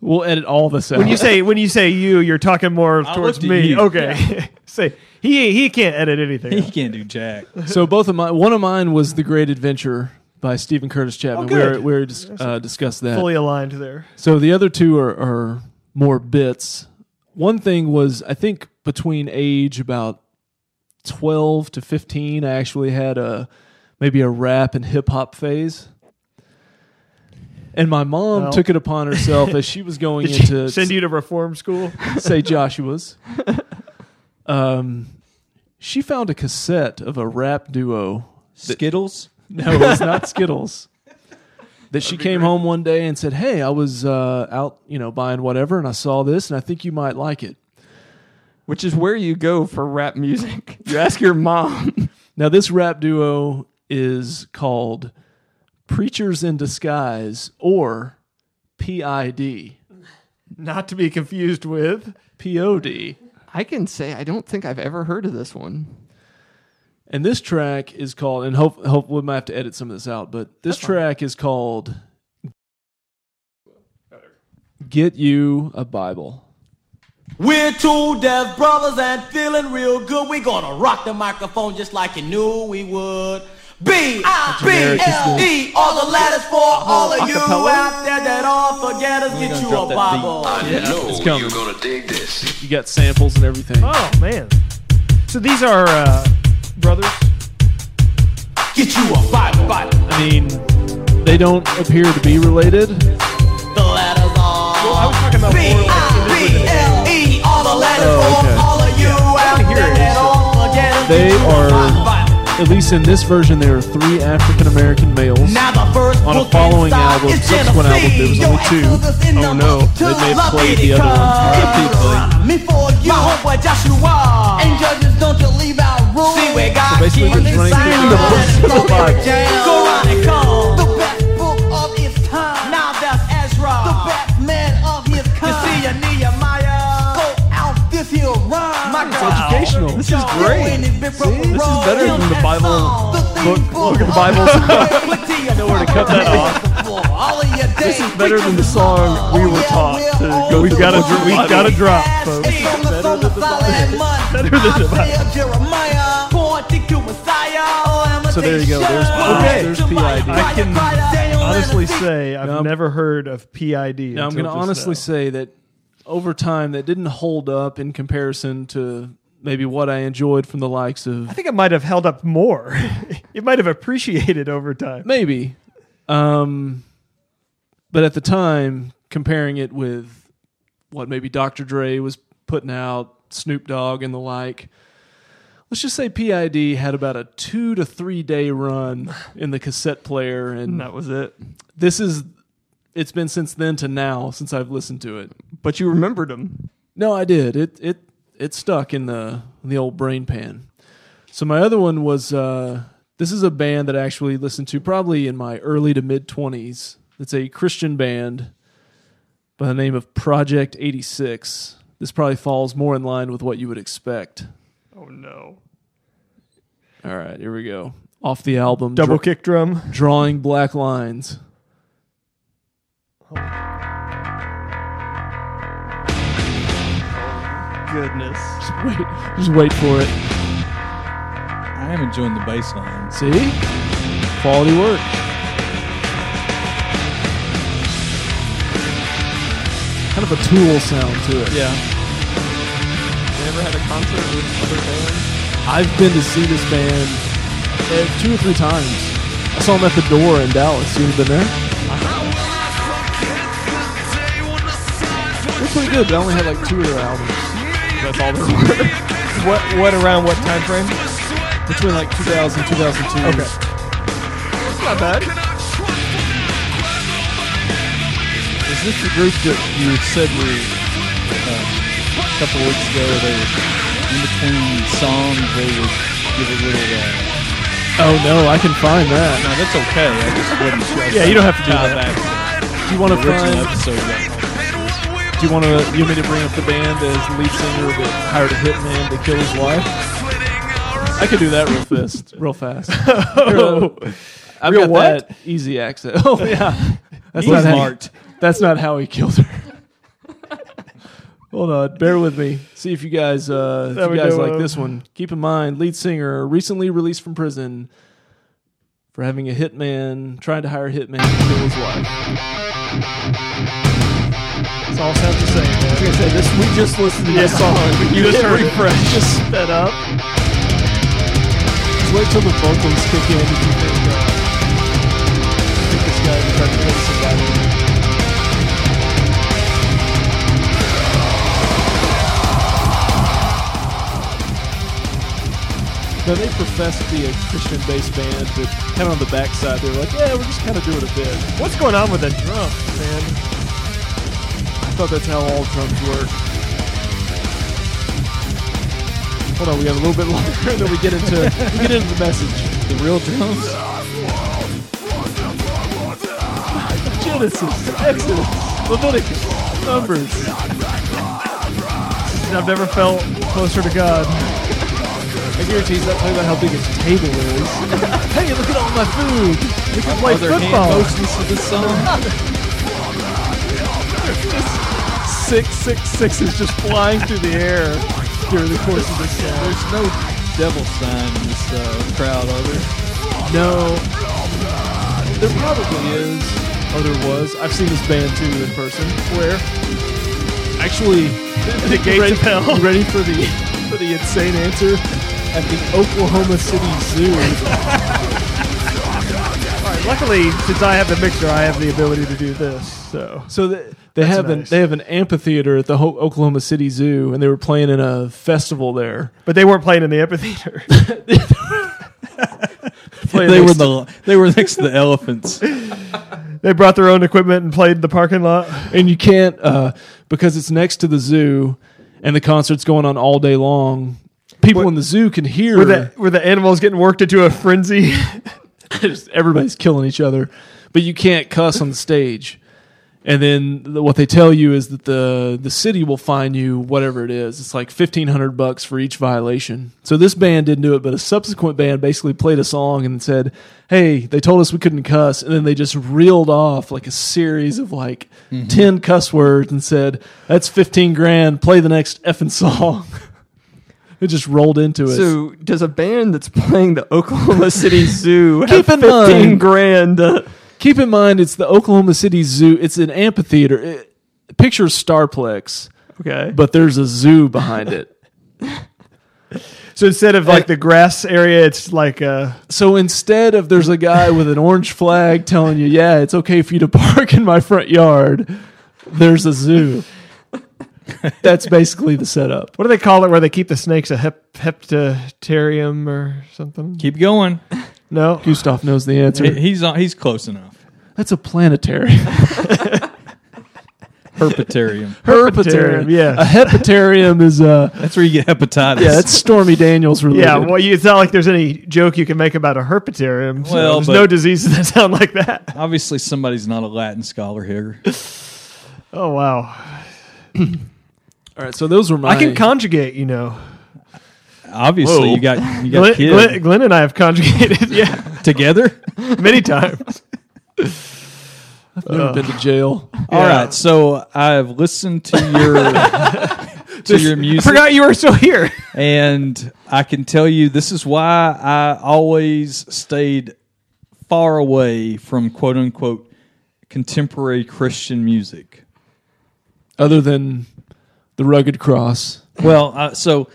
[SPEAKER 4] We'll edit all this out.
[SPEAKER 3] When you say when you say you, you're talking more
[SPEAKER 5] I
[SPEAKER 3] towards
[SPEAKER 5] looked at
[SPEAKER 3] me.
[SPEAKER 5] you.
[SPEAKER 3] Okay. say he he can't edit anything.
[SPEAKER 5] You
[SPEAKER 3] out.
[SPEAKER 5] can't do jack.
[SPEAKER 4] so both of mine, one of mine was "The Great Adventure" by Stephen Curtis Chapman. we
[SPEAKER 3] Oh, good.
[SPEAKER 4] were, we were dis- uh, discussed that.
[SPEAKER 3] Fully aligned there.
[SPEAKER 4] So the other two are, are more bits. One thing was, I think, between age about 12 to 15, I actually had a maybe a rap and hip hop phase. And my mom
[SPEAKER 3] Well.
[SPEAKER 4] took it upon herself as she was going
[SPEAKER 3] Did she
[SPEAKER 4] into
[SPEAKER 3] send you to reform school?
[SPEAKER 4] say Joshua's. Um, she found a cassette of a rap duo
[SPEAKER 5] Skittles.
[SPEAKER 4] no, it's not Skittles. That she came home one day and said, "Hey, I was uh, out, you know, buying whatever, and I saw this, and I think you might like it."
[SPEAKER 2] which is where you go for rap music. You ask your mom.
[SPEAKER 4] Now, this rap duo is called Preachers in Disguise, or PID,
[SPEAKER 3] Not to be confused with.
[SPEAKER 4] POD,
[SPEAKER 2] I can say I don't think I've ever heard of this one.
[SPEAKER 4] and this track is called. And hope, hope we might have to edit some of this out, but this track is called "Get You a Bible."
[SPEAKER 7] We're two deaf brothers and feeling real good. We gonna rock the microphone just like you knew we would. B B L E. All the letters for all of you out there that all forget us. Get you a Bible.
[SPEAKER 4] It's coming. You're gonna dig this. You got samples and everything.
[SPEAKER 3] Oh man. So these are uh, brothers.
[SPEAKER 7] Uh, Get you a Bible. Bible.
[SPEAKER 4] I mean, they don't appear to be related.
[SPEAKER 7] The letters
[SPEAKER 3] I was talking
[SPEAKER 7] are
[SPEAKER 3] about
[SPEAKER 7] B B L E. All the letters
[SPEAKER 4] Oh,
[SPEAKER 7] for
[SPEAKER 4] okay.
[SPEAKER 7] all of you out
[SPEAKER 3] hear
[SPEAKER 7] there
[SPEAKER 3] it.
[SPEAKER 7] that all forget us.
[SPEAKER 4] They
[SPEAKER 7] Get you a
[SPEAKER 4] are-
[SPEAKER 7] Bible. Bible.
[SPEAKER 4] At least in this version, there are three African American males.
[SPEAKER 7] Now the first
[SPEAKER 4] On a
[SPEAKER 7] book
[SPEAKER 4] following
[SPEAKER 7] inside
[SPEAKER 4] album,
[SPEAKER 7] is
[SPEAKER 4] subsequent album, there was only
[SPEAKER 7] Genesee. Your
[SPEAKER 4] two.
[SPEAKER 7] ex-husband's in
[SPEAKER 4] Oh,
[SPEAKER 7] the
[SPEAKER 4] no,
[SPEAKER 7] mother
[SPEAKER 4] they may have
[SPEAKER 7] tub.
[SPEAKER 4] played the other one.
[SPEAKER 7] Love me for you. My homeboy Joshua. And judges, don't you leave out rules. See where God
[SPEAKER 4] basically
[SPEAKER 7] keeps
[SPEAKER 4] they're running
[SPEAKER 7] sign
[SPEAKER 4] through the
[SPEAKER 7] on
[SPEAKER 4] books of the
[SPEAKER 7] and from
[SPEAKER 4] Bible.
[SPEAKER 7] jam. Go round and come. The best book of his time. Now that's Ezra. The best man of his kind. You see your Nehemiah. Go out this hill, run. My God.
[SPEAKER 4] educational. This is
[SPEAKER 2] great. this is better than the Bible
[SPEAKER 7] book.
[SPEAKER 2] the Bible's
[SPEAKER 7] know where to cut that off. This is
[SPEAKER 2] better than the song
[SPEAKER 4] Oh,
[SPEAKER 2] we were taught to go
[SPEAKER 7] We've
[SPEAKER 2] through
[SPEAKER 7] got
[SPEAKER 2] the Bible.
[SPEAKER 7] a we've got a drop, folks.
[SPEAKER 2] This is
[SPEAKER 7] better than the Bible. better than the Bible. Jeremiah, born to kill Messiah. Oh,
[SPEAKER 4] So there you go. There's
[SPEAKER 3] Okay.
[SPEAKER 4] there's PID.
[SPEAKER 3] I can honestly say I've
[SPEAKER 4] Nope.
[SPEAKER 3] never heard of PID.
[SPEAKER 4] Now, I'm going to
[SPEAKER 3] until just
[SPEAKER 4] honestly
[SPEAKER 3] now.
[SPEAKER 4] say that over time, that didn't hold up in comparison to maybe what I enjoyed from the likes
[SPEAKER 3] I
[SPEAKER 4] of
[SPEAKER 3] think it might have held up more. it might have appreciated over time.
[SPEAKER 4] maybe. Um, but at the time, comparing it with what maybe Dr. Dre was putting out, Snoop Dogg and the like. Let's just say PID had about a two to three day run in the cassette player, and
[SPEAKER 2] And that was it.
[SPEAKER 4] this is it's been since then to now since I've listened to it.
[SPEAKER 2] But you remembered him.
[SPEAKER 4] No, I did. It it it stuck in the in the old brain pan. So my other one was uh, this is a band that I actually listened to probably in my early to mid twenties. It's a Christian band by the name of Project Eighty Six. This probably falls more in line with what you would expect.
[SPEAKER 2] Oh no.
[SPEAKER 4] All right, here we go. Off the album,
[SPEAKER 3] Double
[SPEAKER 4] Dra-
[SPEAKER 3] kick drum.
[SPEAKER 4] drawing black lines.
[SPEAKER 2] Goodness.
[SPEAKER 4] Just wait, just wait for it.
[SPEAKER 5] I am enjoying the bass lines.
[SPEAKER 4] See? Quality work. Kind of a tool sound to it.
[SPEAKER 2] Yeah. They ever had a concert with other bands?
[SPEAKER 4] I've been to see this band uh, two or three times. I saw them at the door in Dallas. You've been there?
[SPEAKER 2] Uh-huh.
[SPEAKER 4] They're pretty good, but I only had like two of their albums.
[SPEAKER 2] That's all there were.
[SPEAKER 3] What what around what time frame?
[SPEAKER 4] Between like 2000 2002.
[SPEAKER 3] Okay.
[SPEAKER 2] Not bad.
[SPEAKER 5] Is this the group that you said were uh,
[SPEAKER 4] uh,
[SPEAKER 5] a couple of weeks ago? They were in between songs. They would give a little. Uh,
[SPEAKER 4] Oh no, I can find that. Uh,
[SPEAKER 5] no, that's okay. I just wouldn't. I
[SPEAKER 3] Yeah, you don't have to do
[SPEAKER 5] tie
[SPEAKER 3] that.
[SPEAKER 5] back to
[SPEAKER 4] Do you want to
[SPEAKER 5] the original
[SPEAKER 4] find?
[SPEAKER 5] episode. Yeah.
[SPEAKER 4] Do you want to? You want me to bring up the band as lead singer that hired a hitman to kill his wife? I could do that real fast, real fast. I've
[SPEAKER 3] Real
[SPEAKER 4] got
[SPEAKER 3] what?
[SPEAKER 4] that easy access. Oh yeah, that's
[SPEAKER 5] He's
[SPEAKER 4] not how-
[SPEAKER 5] marked.
[SPEAKER 4] that's not how he killed her. Hold on, bear with me. See if you guys, uh,
[SPEAKER 3] That
[SPEAKER 4] if
[SPEAKER 3] we
[SPEAKER 4] you guys
[SPEAKER 3] know
[SPEAKER 4] like
[SPEAKER 3] of.
[SPEAKER 4] this one. Keep in mind, lead singer recently released from prison for having a hitman trying to hire a hitman to kill his wife.
[SPEAKER 3] It's all sounds the same.
[SPEAKER 4] I
[SPEAKER 3] Man.
[SPEAKER 4] was gonna say this. We just listened to this song. You just refresh. Just sped up. Just wait till the vocals kick in. If you think, uh, you think this guy is trying to kill somebody. Now they profess to be a Christian-based band, but kind of on the backside, they're like, "Yeah, we're just kind of doing a bit."
[SPEAKER 3] What's going on with the drums, man?
[SPEAKER 4] I thought that's how all drums work. Hold on, we have a little bit longer, and then we get into we get into the message.
[SPEAKER 5] The real drums.
[SPEAKER 4] Genesis, Exodus, Leviticus, Numbers.
[SPEAKER 3] I've never felt closer to God.
[SPEAKER 4] I guarantee he's not talking about how big his table is. hey, look at all my food. We can play
[SPEAKER 5] Other hand
[SPEAKER 4] football.
[SPEAKER 5] motions to this song.
[SPEAKER 4] Six, six, six is just flying through the air during the course of this song.
[SPEAKER 5] There's no devil sign in this uh, crowd, are there?
[SPEAKER 4] No. There probably is, or there was. I've seen this band too in person. Where? Actually, the gates of hell. Ready for the for the insane answer at the Oklahoma City Zoo.
[SPEAKER 3] Luckily, since I have the mixer, I have the ability to do this. So
[SPEAKER 4] So the, they have an
[SPEAKER 3] nice.
[SPEAKER 4] they have an amphitheater at the Ho- Oklahoma City Zoo, and they were playing in a festival there.
[SPEAKER 3] But they weren't playing in the amphitheater.
[SPEAKER 5] They were the they were next to the elephants.
[SPEAKER 3] they brought their own equipment and played in the parking lot.
[SPEAKER 4] and you can't uh, because it's next to the zoo and the concert's going on all day long people
[SPEAKER 3] What-
[SPEAKER 4] in the zoo can hear
[SPEAKER 3] Were the, were the animals getting worked into a frenzy?
[SPEAKER 4] just everybody's killing each other but you can't cuss on the stage and then the, what they tell you is that the the city will fine you whatever it is it's like 1500 bucks for each violation so this band didn't do it but a subsequent band basically played a song and said hey they told us we couldn't cuss and then they just reeled off like a series of like 10 cuss words and said that's 15 grand play the next effing song it just rolled into it
[SPEAKER 2] So does a band that's playing the Oklahoma City Zoo have
[SPEAKER 4] Keep in
[SPEAKER 2] 15
[SPEAKER 4] mind-
[SPEAKER 2] grand? Uh,
[SPEAKER 4] Keep in mind, it's the Oklahoma City Zoo. It's an amphitheater. It, picture Starplex,
[SPEAKER 2] okay.
[SPEAKER 4] but there's a zoo behind it.
[SPEAKER 3] so instead of like the grass area, it's like uh, a
[SPEAKER 4] So instead of there's a guy with an orange flag telling you, "Yeah, it's okay for you to park in my front yard," there's a zoo. That's basically the setup.
[SPEAKER 3] what do they call it where they keep the snakes a hep, heptatarium or something?
[SPEAKER 5] Keep going.
[SPEAKER 3] No,
[SPEAKER 4] Gustav knows the
[SPEAKER 5] He-
[SPEAKER 4] answer.
[SPEAKER 5] He's on- he's close enough.
[SPEAKER 4] That's a planetarium.
[SPEAKER 5] Herpetarium.
[SPEAKER 4] Herpetarium.
[SPEAKER 3] yeah.
[SPEAKER 4] A hepatarium is a
[SPEAKER 5] That's where you get hepatitis.
[SPEAKER 4] yeah. That's Stormy Daniels related.
[SPEAKER 3] yeah. Well, you, it's not like there's any joke you can make about a herpetarium. so
[SPEAKER 5] Well,
[SPEAKER 3] there's
[SPEAKER 5] but-
[SPEAKER 3] no diseases that sound like that.
[SPEAKER 5] Obviously, somebody's not a Latin scholar here.
[SPEAKER 3] Oh wow,
[SPEAKER 4] All right. So those were my.
[SPEAKER 3] I can conjugate. You know,
[SPEAKER 5] Obviously,
[SPEAKER 3] Whoa.
[SPEAKER 5] you got you got
[SPEAKER 3] Glenn,
[SPEAKER 5] a kid
[SPEAKER 3] Glenn, Glenn and I have conjugated. yeah,
[SPEAKER 5] together.
[SPEAKER 3] many times.
[SPEAKER 4] I've never been to jail.
[SPEAKER 5] All right, so I've listened to your to your music,
[SPEAKER 3] Forgot you were still here.
[SPEAKER 5] and I can tell you this is why I always stayed far away from quote unquote contemporary Christian music.
[SPEAKER 4] other than the rugged cross.
[SPEAKER 5] Well, uh, so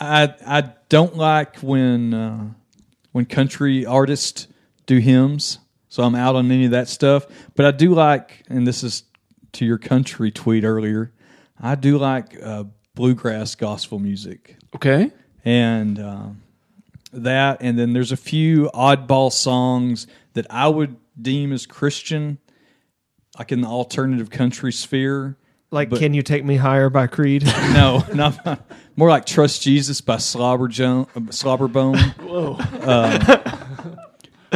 [SPEAKER 5] I I don't like when uh, when country artists do hymns, so I'm out on any of that stuff. But I do like, and this is to your country tweet earlier. I do like uh, bluegrass gospel music,
[SPEAKER 4] Okay.
[SPEAKER 5] and um, that, and then there's a few oddball songs that I would deem as Christian, like in the alternative country sphere.
[SPEAKER 3] Like,
[SPEAKER 5] But-
[SPEAKER 3] can you take me higher by Creed?
[SPEAKER 5] No, not more like "Trust Jesus" by Slobberjo- Slobberbone. Whoa,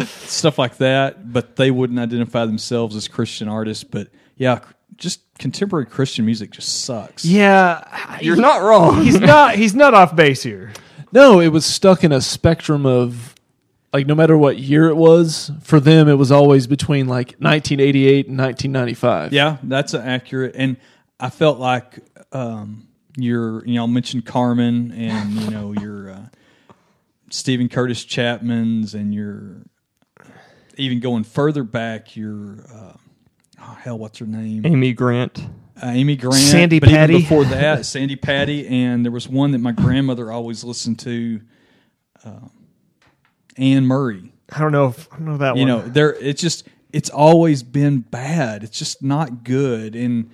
[SPEAKER 5] stuff like that. But they wouldn't identify themselves as Christian artists. But yeah, cr- just contemporary Christian music just sucks.
[SPEAKER 3] yeah,
[SPEAKER 2] You're not wrong.
[SPEAKER 3] He's not. He's not off base here.
[SPEAKER 4] No, it was stuck in a spectrum of like no matter what year it was, for them it was always between like 1988 and 1995.
[SPEAKER 5] yeah, that's accurate. And I felt like um, your, you know, I mentioned Carmen and you know your uh, Stephen Curtis Chapman's and your even going further back, your uh, oh, hell, what's her name?
[SPEAKER 2] Amy Grant.
[SPEAKER 5] uh, Amy Grant,
[SPEAKER 3] Sandy
[SPEAKER 5] but even
[SPEAKER 3] Patty.
[SPEAKER 5] before that, Sandy Patty, and there was one that my grandmother always listened to, uh, Anne Murray.
[SPEAKER 3] I don't know. If, I don't know that
[SPEAKER 5] You
[SPEAKER 3] one.
[SPEAKER 5] know, there it's just it's always been bad. It's just not good, and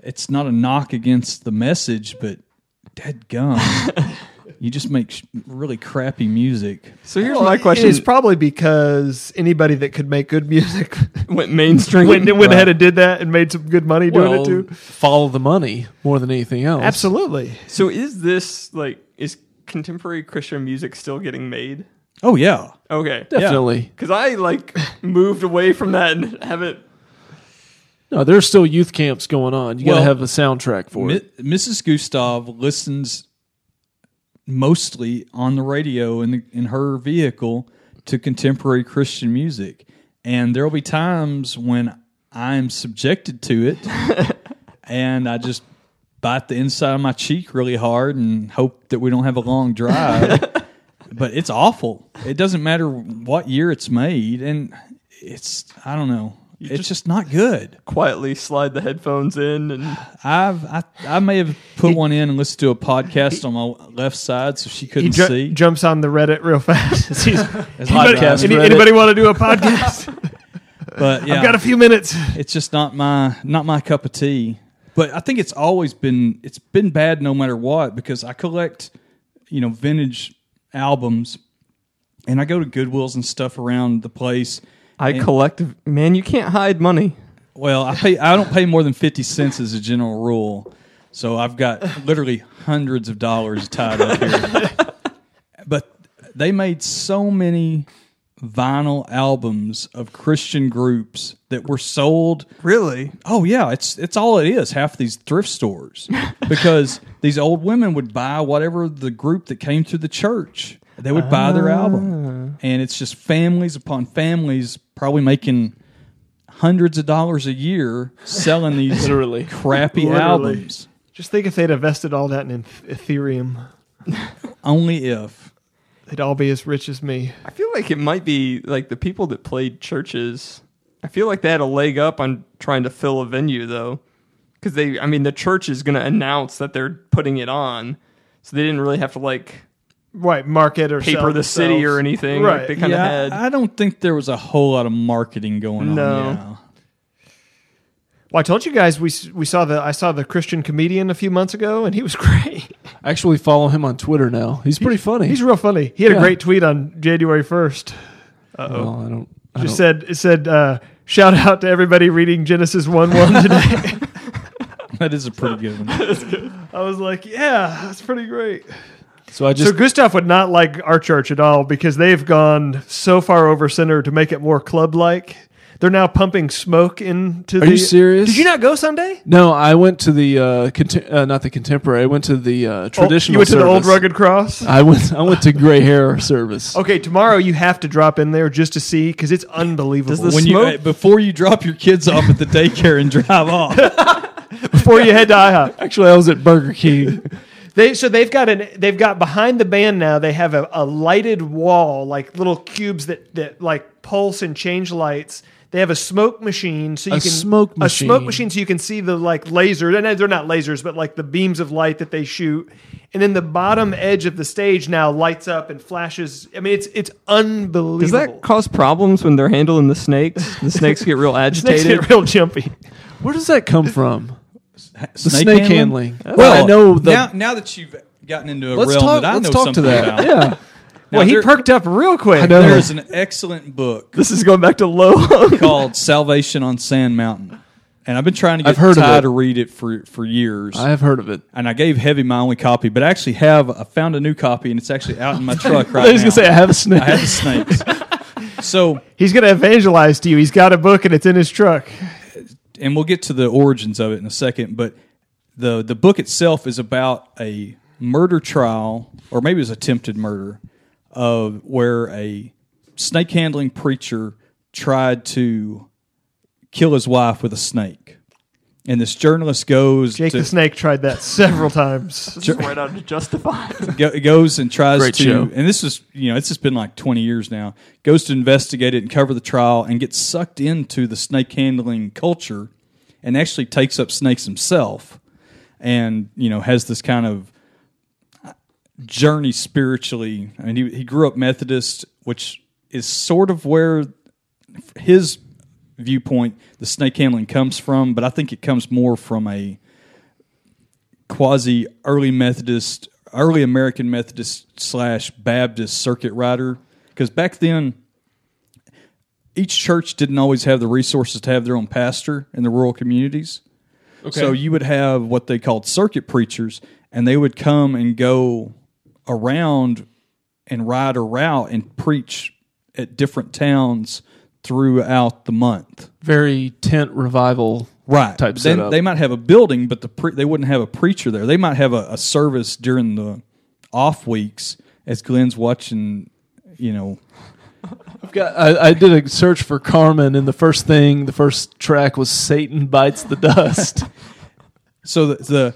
[SPEAKER 5] it's not a knock against the message, but dead gum, you just make sh- really crappy music.
[SPEAKER 2] So here's
[SPEAKER 3] Well,
[SPEAKER 2] my question:
[SPEAKER 3] It's probably because anybody that could make good music
[SPEAKER 2] Went mainstream.
[SPEAKER 3] went, went
[SPEAKER 5] Right.
[SPEAKER 3] ahead and did that and made some good money doing
[SPEAKER 4] Well,
[SPEAKER 3] it too.
[SPEAKER 4] follow the money more than anything else.
[SPEAKER 3] Absolutely.
[SPEAKER 2] so is this like is contemporary Christian music still getting made?
[SPEAKER 5] Oh yeah,
[SPEAKER 2] Okay.
[SPEAKER 4] Definitely.
[SPEAKER 2] Because I like moved away from that and haven't.
[SPEAKER 4] No, there's still youth camps going on. You got
[SPEAKER 5] Well,
[SPEAKER 4] to have a soundtrack for
[SPEAKER 5] Mi-
[SPEAKER 4] it.
[SPEAKER 5] Mrs. Gustav listens mostly on the radio in the, in her vehicle to contemporary Christian music, and there will be times when I'm subjected to it, and I just bite the inside of my cheek really hard and hope that we don't have a long drive. but it's awful. It doesn't matter what year it's made, and it's I don't know. It's just, not good.
[SPEAKER 2] Quietly slide the headphones in and
[SPEAKER 5] I've I, I may have put one in and listened to a podcast on my left side, so she
[SPEAKER 3] He
[SPEAKER 5] couldn't
[SPEAKER 3] ju-
[SPEAKER 5] see.
[SPEAKER 3] jumps on the Reddit real fast. He's-
[SPEAKER 5] It's not
[SPEAKER 3] anybody,
[SPEAKER 5] driving.
[SPEAKER 3] any-
[SPEAKER 4] Reddit.
[SPEAKER 3] anybody want to do a podcast?
[SPEAKER 5] but yeah,
[SPEAKER 3] I've got a few minutes.
[SPEAKER 5] it's just not my not my cup of tea. But I think it's always been it's been bad no matter what because I collect you know vintage albums, and I go to Goodwills and stuff around the place.
[SPEAKER 2] I
[SPEAKER 5] And-
[SPEAKER 2] collect man, you can't hide money.
[SPEAKER 5] Well, I pay. I don't pay more than fifty cents as a general rule. So I've got literally hundreds of dollars tied up here. but they made so many vinyl albums of Christian groups that were sold.
[SPEAKER 2] Really?
[SPEAKER 5] Oh yeah, it's it's all it is. Half these thrift stores because these old women would buy whatever the group that came through the church. They would buy their album, and it's just families upon families probably making hundreds of dollars a year selling these
[SPEAKER 4] Literally.
[SPEAKER 5] crappy
[SPEAKER 3] Literally.
[SPEAKER 5] albums.
[SPEAKER 3] Just think if they'd invested all that in Ethereum,
[SPEAKER 5] Only if
[SPEAKER 3] they'd all be as rich as me.
[SPEAKER 2] I feel like it might be like the people that played churches. I feel like they had a leg up on trying to fill a venue though. Cuz they I mean the church is going to announce that they're putting it on. So they didn't really have to like
[SPEAKER 3] Right, market or
[SPEAKER 2] paper
[SPEAKER 3] sell
[SPEAKER 2] the city or
[SPEAKER 3] themselves.
[SPEAKER 2] anything.
[SPEAKER 3] Right.
[SPEAKER 2] They kind of
[SPEAKER 5] yeah,
[SPEAKER 2] had
[SPEAKER 5] I don't think there was a whole lot of marketing going
[SPEAKER 2] No.
[SPEAKER 5] on. yeah.
[SPEAKER 3] Well, I told you guys we s- we saw the I saw the Christian comedian a few months ago, and he was great.
[SPEAKER 4] I actually follow him on Twitter now. He's pretty funny.
[SPEAKER 3] He's real funny. He had
[SPEAKER 4] Yeah.
[SPEAKER 3] a great tweet on January first.
[SPEAKER 4] well, I don't. I
[SPEAKER 3] Just
[SPEAKER 4] don't-
[SPEAKER 3] said it said uh, shout out to everybody reading Genesis one one today.
[SPEAKER 5] That is a pretty good one.
[SPEAKER 3] I was like, yeah, that's pretty great.
[SPEAKER 4] so I
[SPEAKER 3] So
[SPEAKER 4] just
[SPEAKER 3] Gustav would not like our church at all because they've gone so far over center to make it more club like. They're now pumping smoke into.
[SPEAKER 4] Are
[SPEAKER 3] the,
[SPEAKER 4] you serious?
[SPEAKER 3] Did you not go Sunday?
[SPEAKER 4] no. I went to the uh, contem- uh, not the contemporary. I went to the uh, traditional.
[SPEAKER 3] Oh, You went to the old
[SPEAKER 4] service.
[SPEAKER 3] rugged cross.
[SPEAKER 4] I went. I went to gray hair service.
[SPEAKER 3] Okay, tomorrow you have to drop in there just to see because it's unbelievable.
[SPEAKER 2] the
[SPEAKER 5] When you
[SPEAKER 2] Smoke?
[SPEAKER 5] eh, before you drop your kids off at the daycare and drive off,
[SPEAKER 3] before you head to IHOP.
[SPEAKER 4] Actually, I was at Burger King.
[SPEAKER 3] They so they've got an they've got behind the band now. They have a, a lighted wall like little cubes that that like pulse and change lights. They have a smoke machine so you
[SPEAKER 4] A
[SPEAKER 3] can
[SPEAKER 4] smoke
[SPEAKER 3] a smoke
[SPEAKER 4] machine.
[SPEAKER 3] machine so you can see the like lasers. And they're not lasers, but like the beams of light that they shoot. And then the bottom edge of the stage now lights up and flashes. I mean, it's it's unbelievable.
[SPEAKER 2] Does that cause problems when they're handling the snakes? The snakes get real agitated.
[SPEAKER 3] Makes it real jumpy.
[SPEAKER 4] Where does that come from? The snake, handling.
[SPEAKER 5] Well,
[SPEAKER 4] Well, I know the.
[SPEAKER 5] now, now that you've gotten into a
[SPEAKER 4] let's
[SPEAKER 5] realm
[SPEAKER 4] talk.
[SPEAKER 5] that I
[SPEAKER 4] Let's
[SPEAKER 5] know
[SPEAKER 4] talk to
[SPEAKER 5] something
[SPEAKER 4] that.
[SPEAKER 5] about.
[SPEAKER 4] yeah.
[SPEAKER 5] Now,
[SPEAKER 3] well, he
[SPEAKER 5] there-
[SPEAKER 3] perked up real quick.
[SPEAKER 4] I know.
[SPEAKER 5] There is an excellent book
[SPEAKER 2] This is going back to low.
[SPEAKER 5] called Salvation on Sand Mountain, and I've been trying to get
[SPEAKER 4] I've heard of
[SPEAKER 5] Ty
[SPEAKER 4] it.
[SPEAKER 5] to read it for for years.
[SPEAKER 4] I have heard of it.
[SPEAKER 5] and I gave Heavy my only copy, but I actually have I found a new copy, and it's actually out in my truck right
[SPEAKER 4] I was
[SPEAKER 5] now.
[SPEAKER 4] gonna say I have a snake.
[SPEAKER 5] I have the snakes. so,
[SPEAKER 3] He's gonna evangelize to you. He's got a book and it's in his truck.
[SPEAKER 5] and we'll get to the origins of it in a second, but the the book itself is about a murder trial, or maybe it was attempted murder, of where a snake handling preacher tried to kill his wife with a snake, and this journalist goes
[SPEAKER 3] Jake
[SPEAKER 5] to,
[SPEAKER 3] the Snake tried that several times.
[SPEAKER 2] Just right out of justify.
[SPEAKER 5] go, goes and tries
[SPEAKER 4] Great
[SPEAKER 5] to,
[SPEAKER 4] show.
[SPEAKER 5] and this is you know it's just been like twenty years now. Goes to investigate it and cover the trial and gets sucked into the snake handling culture, and actually takes up snakes himself, and you know has this kind of journey spiritually. I mean, he, he grew up Methodist, which is sort of where his viewpoint the snake handling comes from, but I think it comes more from a quasi early Methodist, early American Methodist slash Baptist circuit rider. Because back then, each church didn't always have the resources to have their own pastor in the rural communities. So you would have what they called circuit preachers, and they would come and go around and ride a route and preach at different towns throughout the month.
[SPEAKER 4] Very tent revival.
[SPEAKER 5] Right.
[SPEAKER 4] Type
[SPEAKER 5] They-
[SPEAKER 4] setup.
[SPEAKER 5] They might have a building, but the pre- they wouldn't have a preacher there. They might have a, a service during the off weeks as Glenn's watching, you know,
[SPEAKER 4] I've got. I, I did a search for Carmen, and the first thing, the first track was Satan bites the dust.
[SPEAKER 5] so the, the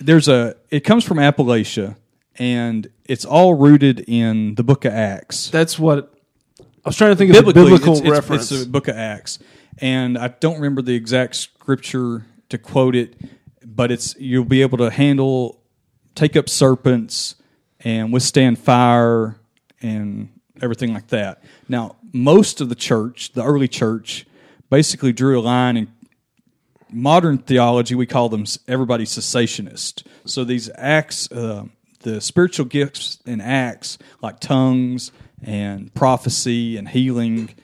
[SPEAKER 5] there's a it comes from Appalachia and it's all rooted in the book of Acts.
[SPEAKER 4] That's what I was trying to think of a
[SPEAKER 5] Biblically,
[SPEAKER 4] biblical
[SPEAKER 5] it's, it's-
[SPEAKER 4] reference.
[SPEAKER 5] It's the book of Acts. And I don't remember the exact scripture to quote it, but it's you'll be able to handle, take up serpents, and withstand fire and everything like that. Now, most of the church, the early church, basically drew a line and modern theology we call them everybody cessationist so these acts uh, the spiritual gifts and acts like tongues and prophecy and healing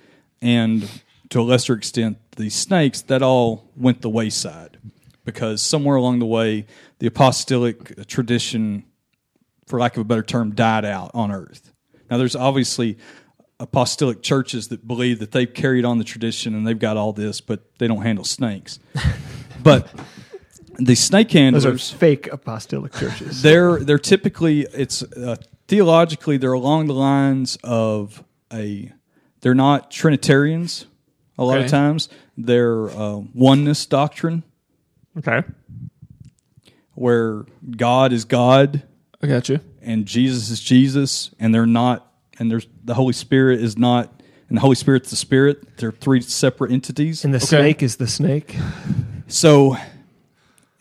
[SPEAKER 5] and to a lesser extent the snakes that all went the wayside because somewhere along the way the apostolic tradition for lack of a better term, died out on earth. Now, there's obviously apostolic churches that believe that they've carried on the tradition and they've got all this, but they don't handle snakes. but the snake
[SPEAKER 3] Those are
[SPEAKER 5] handlers,
[SPEAKER 3] fake apostolic churches.
[SPEAKER 5] they're they're typically it's uh, theologically they're along the lines of a they're not Trinitarians. A lot
[SPEAKER 4] Okay.
[SPEAKER 5] of times, they're uh, oneness doctrine
[SPEAKER 2] Okay.
[SPEAKER 5] where God is God
[SPEAKER 4] I got you.
[SPEAKER 5] and Jesus is Jesus, and they're not, and there's the Holy Spirit is not, and the Holy Spirit's the Spirit. They're three separate entities.
[SPEAKER 3] and the snake is the snake.
[SPEAKER 5] So,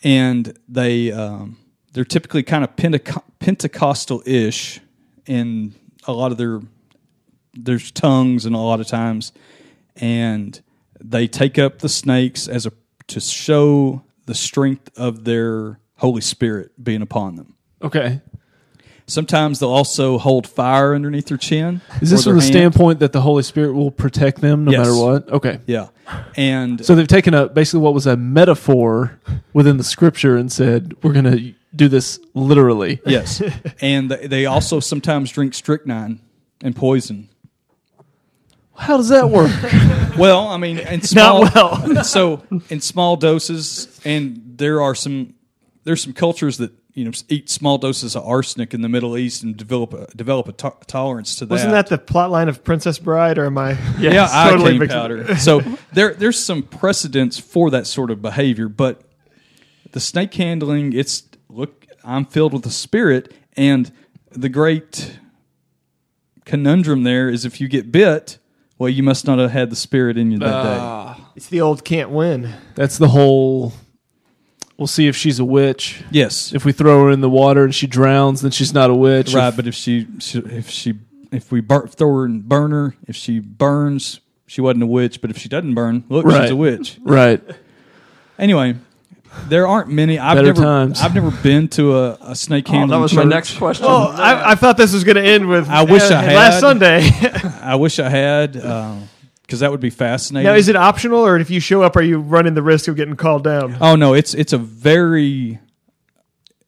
[SPEAKER 5] and they um, they're typically kind of Penteco- Pentecostal ish in a lot of their there's tongues and a lot of times, and they take up the snakes as a to show the strength of their Holy Spirit being upon them.
[SPEAKER 4] Okay.
[SPEAKER 5] Sometimes they'll also hold fire underneath their chin.
[SPEAKER 4] Is this
[SPEAKER 5] or
[SPEAKER 4] from the
[SPEAKER 5] their hand.
[SPEAKER 4] standpoint that the Holy Spirit will protect them no
[SPEAKER 5] Yes.
[SPEAKER 4] matter what? Okay.
[SPEAKER 5] Yeah, and
[SPEAKER 4] So they've taken a basically what was a metaphor within the scripture and said, we're going to do this literally.
[SPEAKER 5] yes, and they- they also sometimes drink strychnine and poison.
[SPEAKER 4] How does that work?
[SPEAKER 5] Well, I mean, in small, well. so in small doses, and there are some there's some cultures that you know eat small doses of arsenic in the Middle East and develop a, develop a to- tolerance to that.
[SPEAKER 3] Wasn't that the plot line of Princess Bride, or am I?
[SPEAKER 5] yeah,
[SPEAKER 2] Oh,
[SPEAKER 5] I
[SPEAKER 3] totally
[SPEAKER 5] cane
[SPEAKER 3] mixed-
[SPEAKER 5] powder. so there, there's some precedents for that sort of behavior, but the snake handling, it's look, I'm filled with the spirit, and the great conundrum there is if you get bit, well, you must not have had the spirit in you that day.
[SPEAKER 3] It's the old can't win.
[SPEAKER 4] That's the whole. We'll see if she's a witch.
[SPEAKER 5] Yes,
[SPEAKER 4] If we throw her in the water and she drowns, then she's not a witch.
[SPEAKER 5] right. But if she, she if she, if we bur- throw her and burn her, if she burns, she wasn't a witch. But if she doesn't burn, look,
[SPEAKER 4] Right.
[SPEAKER 5] she's a witch.
[SPEAKER 4] Right.
[SPEAKER 5] Anyway, there aren't many. I've
[SPEAKER 4] Better
[SPEAKER 5] never,
[SPEAKER 4] times.
[SPEAKER 5] I've never been to a, a snake
[SPEAKER 2] Oh,
[SPEAKER 5] handling.
[SPEAKER 2] that was my
[SPEAKER 5] church.
[SPEAKER 2] next question.
[SPEAKER 3] Oh, I, I thought this was going to end with.
[SPEAKER 5] I wish I had.
[SPEAKER 3] last Sunday.
[SPEAKER 5] I wish I had, because that would be fascinating.
[SPEAKER 3] now, is it optional, or if you show up, are you running the risk of getting called down?
[SPEAKER 5] Oh no, it's it's a very,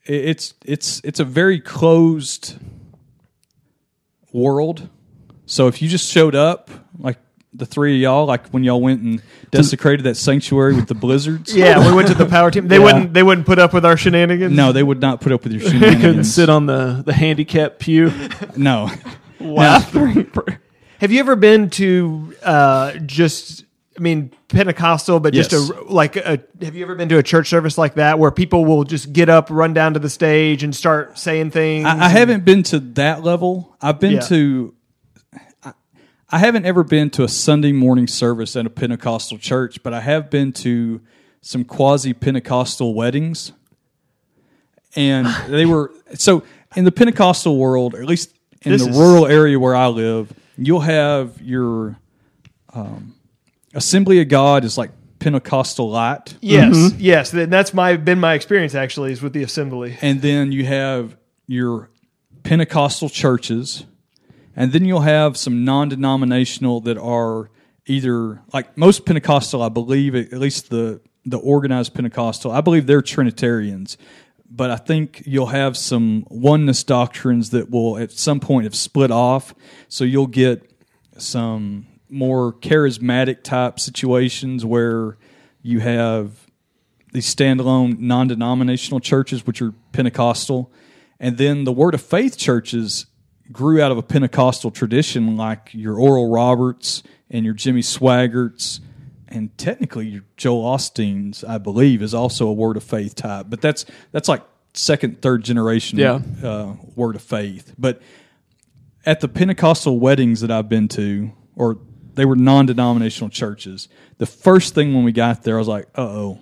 [SPEAKER 5] i- it's it's it's a very closed world. So if you just showed up, like the three of y'all, like when y'all went and desecrated that sanctuary with the blizzards,
[SPEAKER 3] Yeah, we went to the power team. They wouldn't. They wouldn't put up with our shenanigans.
[SPEAKER 5] no, they would not put up with your
[SPEAKER 4] Couldn't
[SPEAKER 5] shenanigans.
[SPEAKER 4] sit on the the handicap pew.
[SPEAKER 5] No,
[SPEAKER 3] Have you ever been to uh, just? I mean, Pentecostal, but
[SPEAKER 5] Yes.
[SPEAKER 3] just a like a. Have you ever been to a church service like that where people will just get up, run down to the stage, and start saying things?
[SPEAKER 5] I, I haven't been to that level. I've been
[SPEAKER 3] Yeah.
[SPEAKER 5] to. I, I haven't ever been to a Sunday morning service at a Pentecostal church, but I have been to some quasi Pentecostal weddings, and they were so in the Pentecostal world, or at least in
[SPEAKER 3] This
[SPEAKER 5] the
[SPEAKER 3] is-
[SPEAKER 5] rural area where I live, you'll have your um, Assembly of God is like Pentecostal light.
[SPEAKER 3] Yes, yes. Th- That's my been my experience actually is with the assembly.
[SPEAKER 5] and then you have your Pentecostal churches, and then you'll have some non-denominational that are either like most Pentecostal, I believe, at least the the organized Pentecostal, I believe they're Trinitarians, but I think you'll have some oneness doctrines that will at some point have split off, so you'll get some more charismatic type situations where you have these standalone non-denominational churches which are pentecostal and then the word of faith churches grew out of a pentecostal tradition like your oral roberts and your jimmy swaggarts and technically your joel osteen's i believe is also a word of faith type but that's that's like second, third generation
[SPEAKER 4] Yeah.
[SPEAKER 5] uh, word of faith. But at the Pentecostal weddings that I've been to, or they were non denominational churches, the first thing when we got there, I was like, uh oh.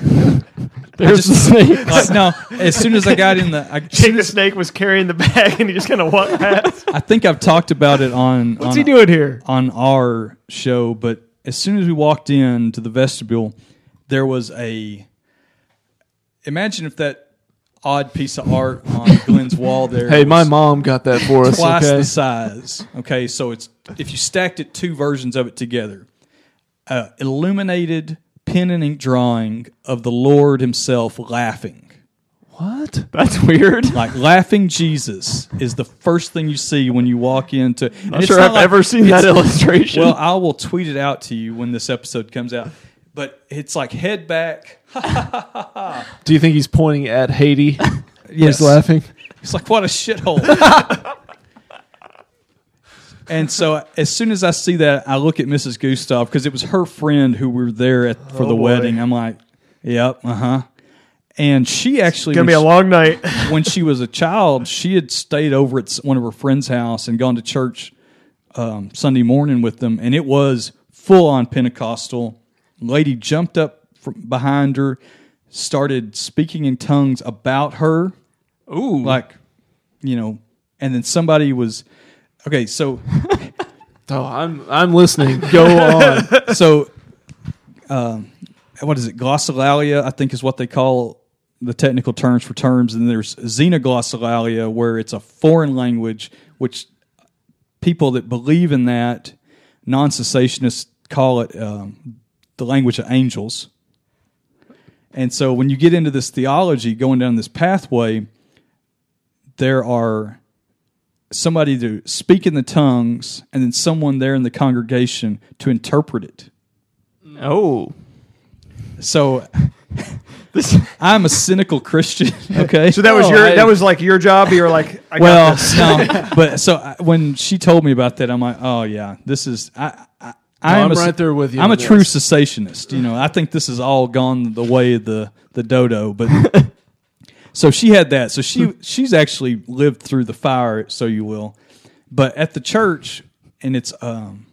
[SPEAKER 2] There's the snake.
[SPEAKER 5] Like, no, as soon as I got in the, I,
[SPEAKER 3] Jake the Snake was carrying the bag and he just kind of walked past.
[SPEAKER 5] I think I've talked about it on.
[SPEAKER 3] What's
[SPEAKER 5] on,
[SPEAKER 3] he doing here?
[SPEAKER 5] on our show, but as soon as we walked in to the vestibule, there was a. Imagine if that odd piece of art on Glenn's wall there.
[SPEAKER 4] Hey,
[SPEAKER 5] was
[SPEAKER 4] my mom got that for us.
[SPEAKER 5] twice
[SPEAKER 4] okay?
[SPEAKER 5] the size. Okay, so it's if you stacked it two versions of it together, uh, illuminated pen and ink drawing of the Lord Himself laughing.
[SPEAKER 4] What?
[SPEAKER 2] That's weird.
[SPEAKER 5] Like laughing Jesus is the first thing you see when you walk into. and
[SPEAKER 2] I'm
[SPEAKER 5] it's
[SPEAKER 2] sure
[SPEAKER 5] not
[SPEAKER 2] I've
[SPEAKER 5] like-
[SPEAKER 2] ever seen
[SPEAKER 5] it's-
[SPEAKER 2] that illustration.
[SPEAKER 5] Well, I will tweet it out to you when this episode comes out. But it's like head back.
[SPEAKER 4] Do you think he's pointing at Haiti?
[SPEAKER 5] Yes.
[SPEAKER 4] He's laughing.
[SPEAKER 5] It's like what a shithole. and so as soon as I see that, I look at Mrs. Gustav because it was her friend who were there at, for the
[SPEAKER 3] Oh, boy.
[SPEAKER 5] wedding. I'm like, yep, uh huh. And she actually
[SPEAKER 3] Gonna be a
[SPEAKER 5] when she-
[SPEAKER 3] long night.
[SPEAKER 5] when she was a child, she had stayed over at one of her friend's house and gone to church um, Sunday morning with them, and it was full on Pentecostal. Lady jumped up from behind her, started speaking in tongues about her. Ooh, like you know, and then somebody was okay. So
[SPEAKER 4] Oh, I'm I'm listening. Go on.
[SPEAKER 5] so um, what is it glossolalia i think is what they call the technical terms for terms and there's xenoglossalia where it's a foreign language which people that believe in that non-cessationists call it um, the language of angels and so when you get into this theology going down this pathway there are somebody to speak in the tongues and then someone there in the congregation to interpret it
[SPEAKER 2] oh,
[SPEAKER 5] so I'm a cynical Christian. Okay.
[SPEAKER 3] So that was
[SPEAKER 2] Oh,
[SPEAKER 3] your
[SPEAKER 2] I-
[SPEAKER 3] that was like your job. You were like, I got
[SPEAKER 5] well,
[SPEAKER 3] this.
[SPEAKER 5] no, but so I, when she told me about that, I'm like, oh yeah, this is I. I I
[SPEAKER 4] No,
[SPEAKER 5] am
[SPEAKER 4] I'm
[SPEAKER 5] a-
[SPEAKER 4] right there with you
[SPEAKER 5] I'm a
[SPEAKER 4] on
[SPEAKER 5] true
[SPEAKER 4] this.
[SPEAKER 5] cessationist. You know, I think this has all gone the way of the the dodo. But so she had that. So she she's actually lived through the fire, so you will. But at the church, and it's um,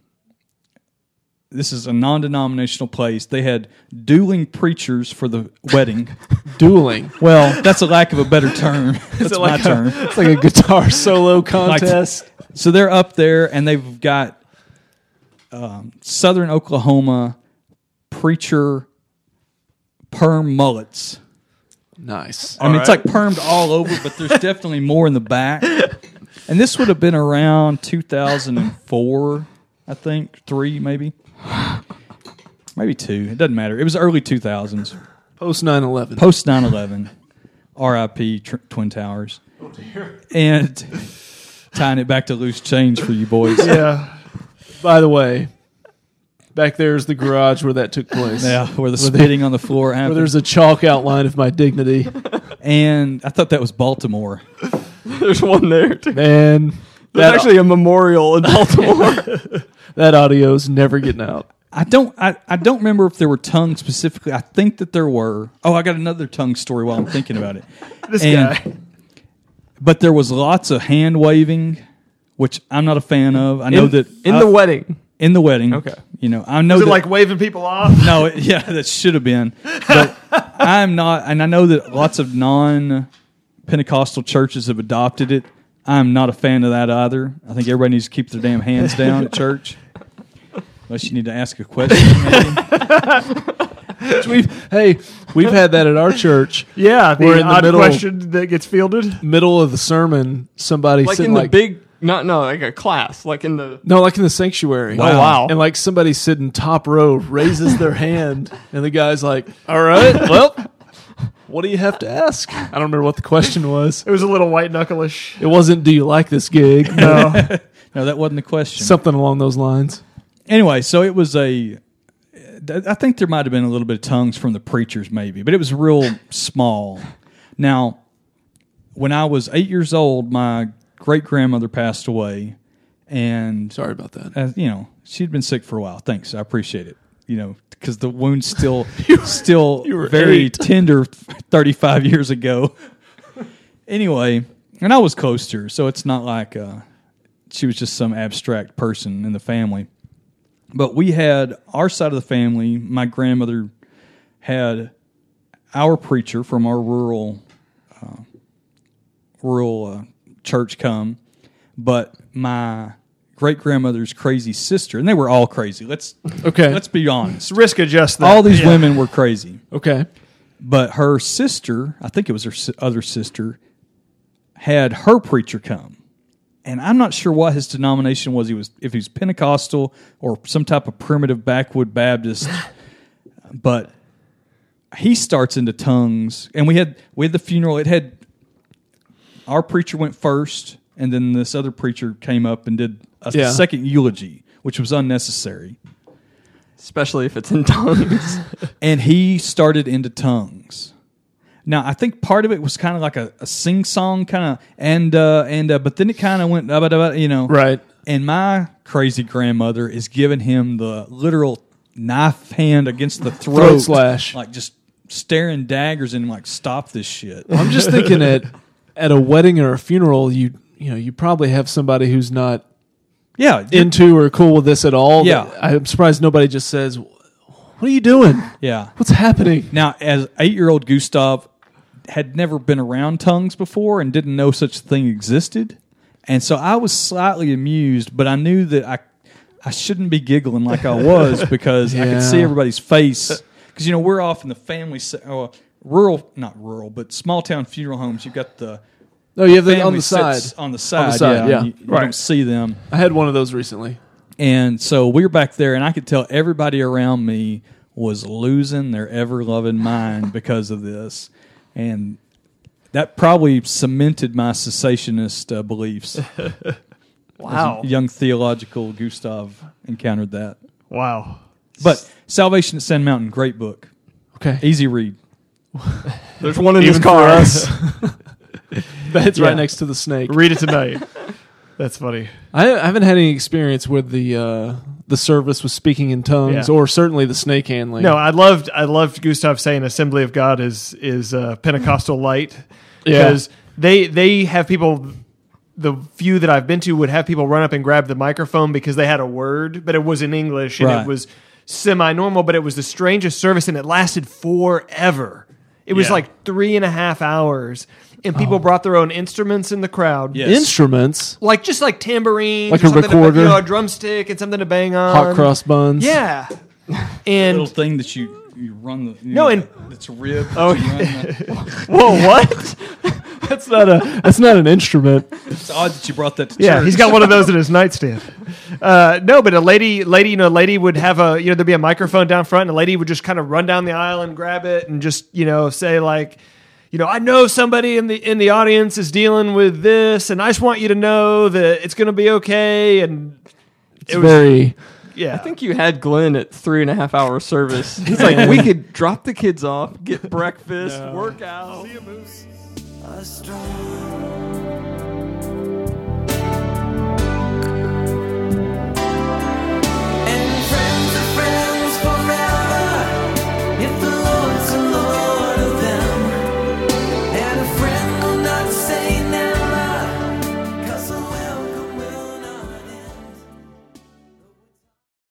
[SPEAKER 5] this is a non-denominational place. They had dueling preachers for the wedding.
[SPEAKER 4] Dueling.
[SPEAKER 5] Well, that's a lack of a better term. That's my term.
[SPEAKER 4] It's like a guitar solo contest.
[SPEAKER 5] So they're up there, and they've got um, Southern Oklahoma preacher perm mullets.
[SPEAKER 4] nice.
[SPEAKER 5] I mean, it's like permed all over, but there's definitely more in the back. And this would have been around 2004, I think, three maybe, maybe two. It doesn't matter. It was early 2000s.
[SPEAKER 4] Post 9/11.
[SPEAKER 5] post 9-11 rip tr- twin towers oh dear. and tying it back to loose change for you boys
[SPEAKER 3] yeah.
[SPEAKER 4] By the way, back there is the garage where that took place.
[SPEAKER 5] yeah where the spitting on the floor
[SPEAKER 4] Where
[SPEAKER 5] happened
[SPEAKER 4] there's a chalk outline of my dignity.
[SPEAKER 5] and i thought that was baltimore
[SPEAKER 2] there's one there. Too.
[SPEAKER 4] Man,
[SPEAKER 2] There's
[SPEAKER 4] that,
[SPEAKER 2] actually a memorial in Baltimore.
[SPEAKER 4] that audio's never getting out.
[SPEAKER 5] i don't I, I don't remember if there were tongues specifically i think that there were oh i got another tongue story while i'm thinking about it
[SPEAKER 3] This guy.
[SPEAKER 5] but there was lots of hand waving which i'm not a fan of i know
[SPEAKER 2] in
[SPEAKER 5] that
[SPEAKER 2] in
[SPEAKER 5] I-
[SPEAKER 2] the wedding.
[SPEAKER 5] in the wedding
[SPEAKER 2] Okay.
[SPEAKER 5] you know i know
[SPEAKER 3] Was it
[SPEAKER 5] that,
[SPEAKER 3] like waving people off?
[SPEAKER 5] No, it- yeah, that should have been. But I'm not, and I know that lots of non Pentecostal churches have adopted it. I'm not a fan of that either. I think everybody needs to keep their damn hands down at church. Unless you need to ask a question. maybe.
[SPEAKER 4] Which we've, hey, we've had that at our church.
[SPEAKER 3] Yeah, the
[SPEAKER 4] We're in the
[SPEAKER 3] odd
[SPEAKER 4] middle.
[SPEAKER 3] question that gets fielded.
[SPEAKER 4] Middle of the sermon, somebody
[SPEAKER 2] Like
[SPEAKER 4] sitting
[SPEAKER 2] in the
[SPEAKER 4] like
[SPEAKER 2] big, not no, like a class, like in the.
[SPEAKER 4] no, like in the sanctuary.
[SPEAKER 5] Wow. wow.
[SPEAKER 4] And like somebody sitting top row raises their hand, and the guy's like, "All right, well, what do you have to ask?" I don't remember what the question was.
[SPEAKER 3] It was a little white knuckleish.
[SPEAKER 4] It wasn't, "Do you like this gig?"
[SPEAKER 3] No,
[SPEAKER 5] No, that wasn't the question.
[SPEAKER 4] Something along those lines.
[SPEAKER 5] anyway, so it was a. I think there might have been a little bit of tongues from the preachers, maybe, but it was real small. Now, when I was eight years old, my great grandmother passed away, and
[SPEAKER 4] Sorry about that.
[SPEAKER 5] as you know, she'd been sick for a while. Thanks, I appreciate it. You know, because the wound's still still
[SPEAKER 4] were
[SPEAKER 5] very
[SPEAKER 4] eight.
[SPEAKER 5] tender. Thirty five years ago, anyway, and I was close to her, so it's not like uh, she was just some abstract person in the family. But we had our side of the family. My grandmother had our preacher from our rural uh, rural uh, church come, but my great grandmother's crazy sister, and they were all crazy. Let's
[SPEAKER 4] Okay.
[SPEAKER 5] let's be honest.
[SPEAKER 3] Risk adjust that.
[SPEAKER 5] All these women were crazy
[SPEAKER 4] okay.
[SPEAKER 5] but her sister, I think it was her si- other sister, had her preacher come. And I'm not sure what his denomination was. He was if he was Pentecostal or some type of primitive backwood Baptist, but he starts into tongues. And we had we had the funeral. It had our preacher went first, and then this other preacher came up and did a
[SPEAKER 4] Yeah.
[SPEAKER 5] second eulogy, which was unnecessary
[SPEAKER 2] especially if it's in tongues.
[SPEAKER 5] and he started into tongues. Now I think part of it was kind of like a, a sing song kind of, and uh, and uh, but then it kind of went, da, ba, da, ba, you know,
[SPEAKER 4] Right.
[SPEAKER 5] And my crazy grandmother is giving him the literal knife hand against the throat,
[SPEAKER 4] slash.
[SPEAKER 5] like just staring daggers in him, like stop this shit.
[SPEAKER 4] I'm just thinking at at a wedding or a funeral, you you know, you probably have somebody who's not
[SPEAKER 5] yeah, you're-
[SPEAKER 4] into or cool with this at all.
[SPEAKER 5] Yeah.
[SPEAKER 4] I'm surprised nobody just says, "What are you doing?
[SPEAKER 5] yeah.
[SPEAKER 4] What's happening?"
[SPEAKER 5] Now, as eight-year-old Gustav had never been around tongues before and didn't know such a thing existed, and so I was slightly amused, but I knew that I I shouldn't be giggling like I was because I
[SPEAKER 4] Yeah.
[SPEAKER 5] could see everybody's face because you know we're off in the family se- uh, rural, not rural, but small town funeral homes. You've got the
[SPEAKER 4] No, you have that
[SPEAKER 5] family
[SPEAKER 4] on the side.
[SPEAKER 5] sits on the side,
[SPEAKER 4] side, yeah.
[SPEAKER 5] and you, you
[SPEAKER 4] Right.
[SPEAKER 5] don't see them.
[SPEAKER 4] I had one of those recently.
[SPEAKER 5] And so we were back there, and I could tell everybody around me was losing their ever loving mind because of this. And that probably cemented my cessationist uh, beliefs.
[SPEAKER 3] wow.
[SPEAKER 5] Young theological Gustav encountered that.
[SPEAKER 3] Wow.
[SPEAKER 5] But Salvation at Sand Mountain, great book.
[SPEAKER 4] Okay.
[SPEAKER 5] Easy read.
[SPEAKER 2] There's one in his car.
[SPEAKER 4] It's
[SPEAKER 3] Yeah.
[SPEAKER 4] right next to the snake.
[SPEAKER 3] Read it tonight. That's funny.
[SPEAKER 4] I, I haven't had any experience where the uh, the service was speaking in tongues,
[SPEAKER 3] Yeah.
[SPEAKER 4] or certainly the snake handling.
[SPEAKER 3] No, I loved I loved Gustav saying Assembly of God is is uh, Pentecostal light
[SPEAKER 4] Yeah.
[SPEAKER 3] because they they have people. The few that I've been to would have people run up and grab the microphone because they had a word, but it was in English and
[SPEAKER 5] Right.
[SPEAKER 3] it was semi-normal, but it was the strangest service and it lasted forever. It was
[SPEAKER 2] Yeah.
[SPEAKER 3] like three and a half hours, and
[SPEAKER 4] Oh.
[SPEAKER 3] people brought their own instruments in the crowd.
[SPEAKER 5] Yes.
[SPEAKER 4] instruments,
[SPEAKER 3] like just like tambourines,
[SPEAKER 4] Like
[SPEAKER 3] or
[SPEAKER 4] a
[SPEAKER 3] something to-
[SPEAKER 4] recorder?
[SPEAKER 3] you know, a drumstick, and something to bang on,
[SPEAKER 4] hot cross buns.
[SPEAKER 3] yeah,
[SPEAKER 5] Little
[SPEAKER 3] and
[SPEAKER 5] thing that you, you run the. You
[SPEAKER 3] No,
[SPEAKER 5] know,
[SPEAKER 3] and-
[SPEAKER 5] It's a rib. Oh,
[SPEAKER 3] whoa, what?
[SPEAKER 4] that's not a that's not an instrument.
[SPEAKER 5] it's odd that you brought that to
[SPEAKER 3] Yeah,
[SPEAKER 5] church.
[SPEAKER 3] he's got one of those in his nightstand. Uh, no, but a lady, lady, you know, a lady would have a, you know, there'd be a microphone down front, and a lady would just kind of run down the aisle and grab it, and just, you know, say like, you know, I know somebody in the in the audience is dealing with this, and I just want you to know that it's going to be okay. And
[SPEAKER 4] It's very
[SPEAKER 3] yeah,
[SPEAKER 2] I think you had Glenn at three and a half hour service. He's like, we could drop the kids off, get breakfast, work out.
[SPEAKER 7] a strong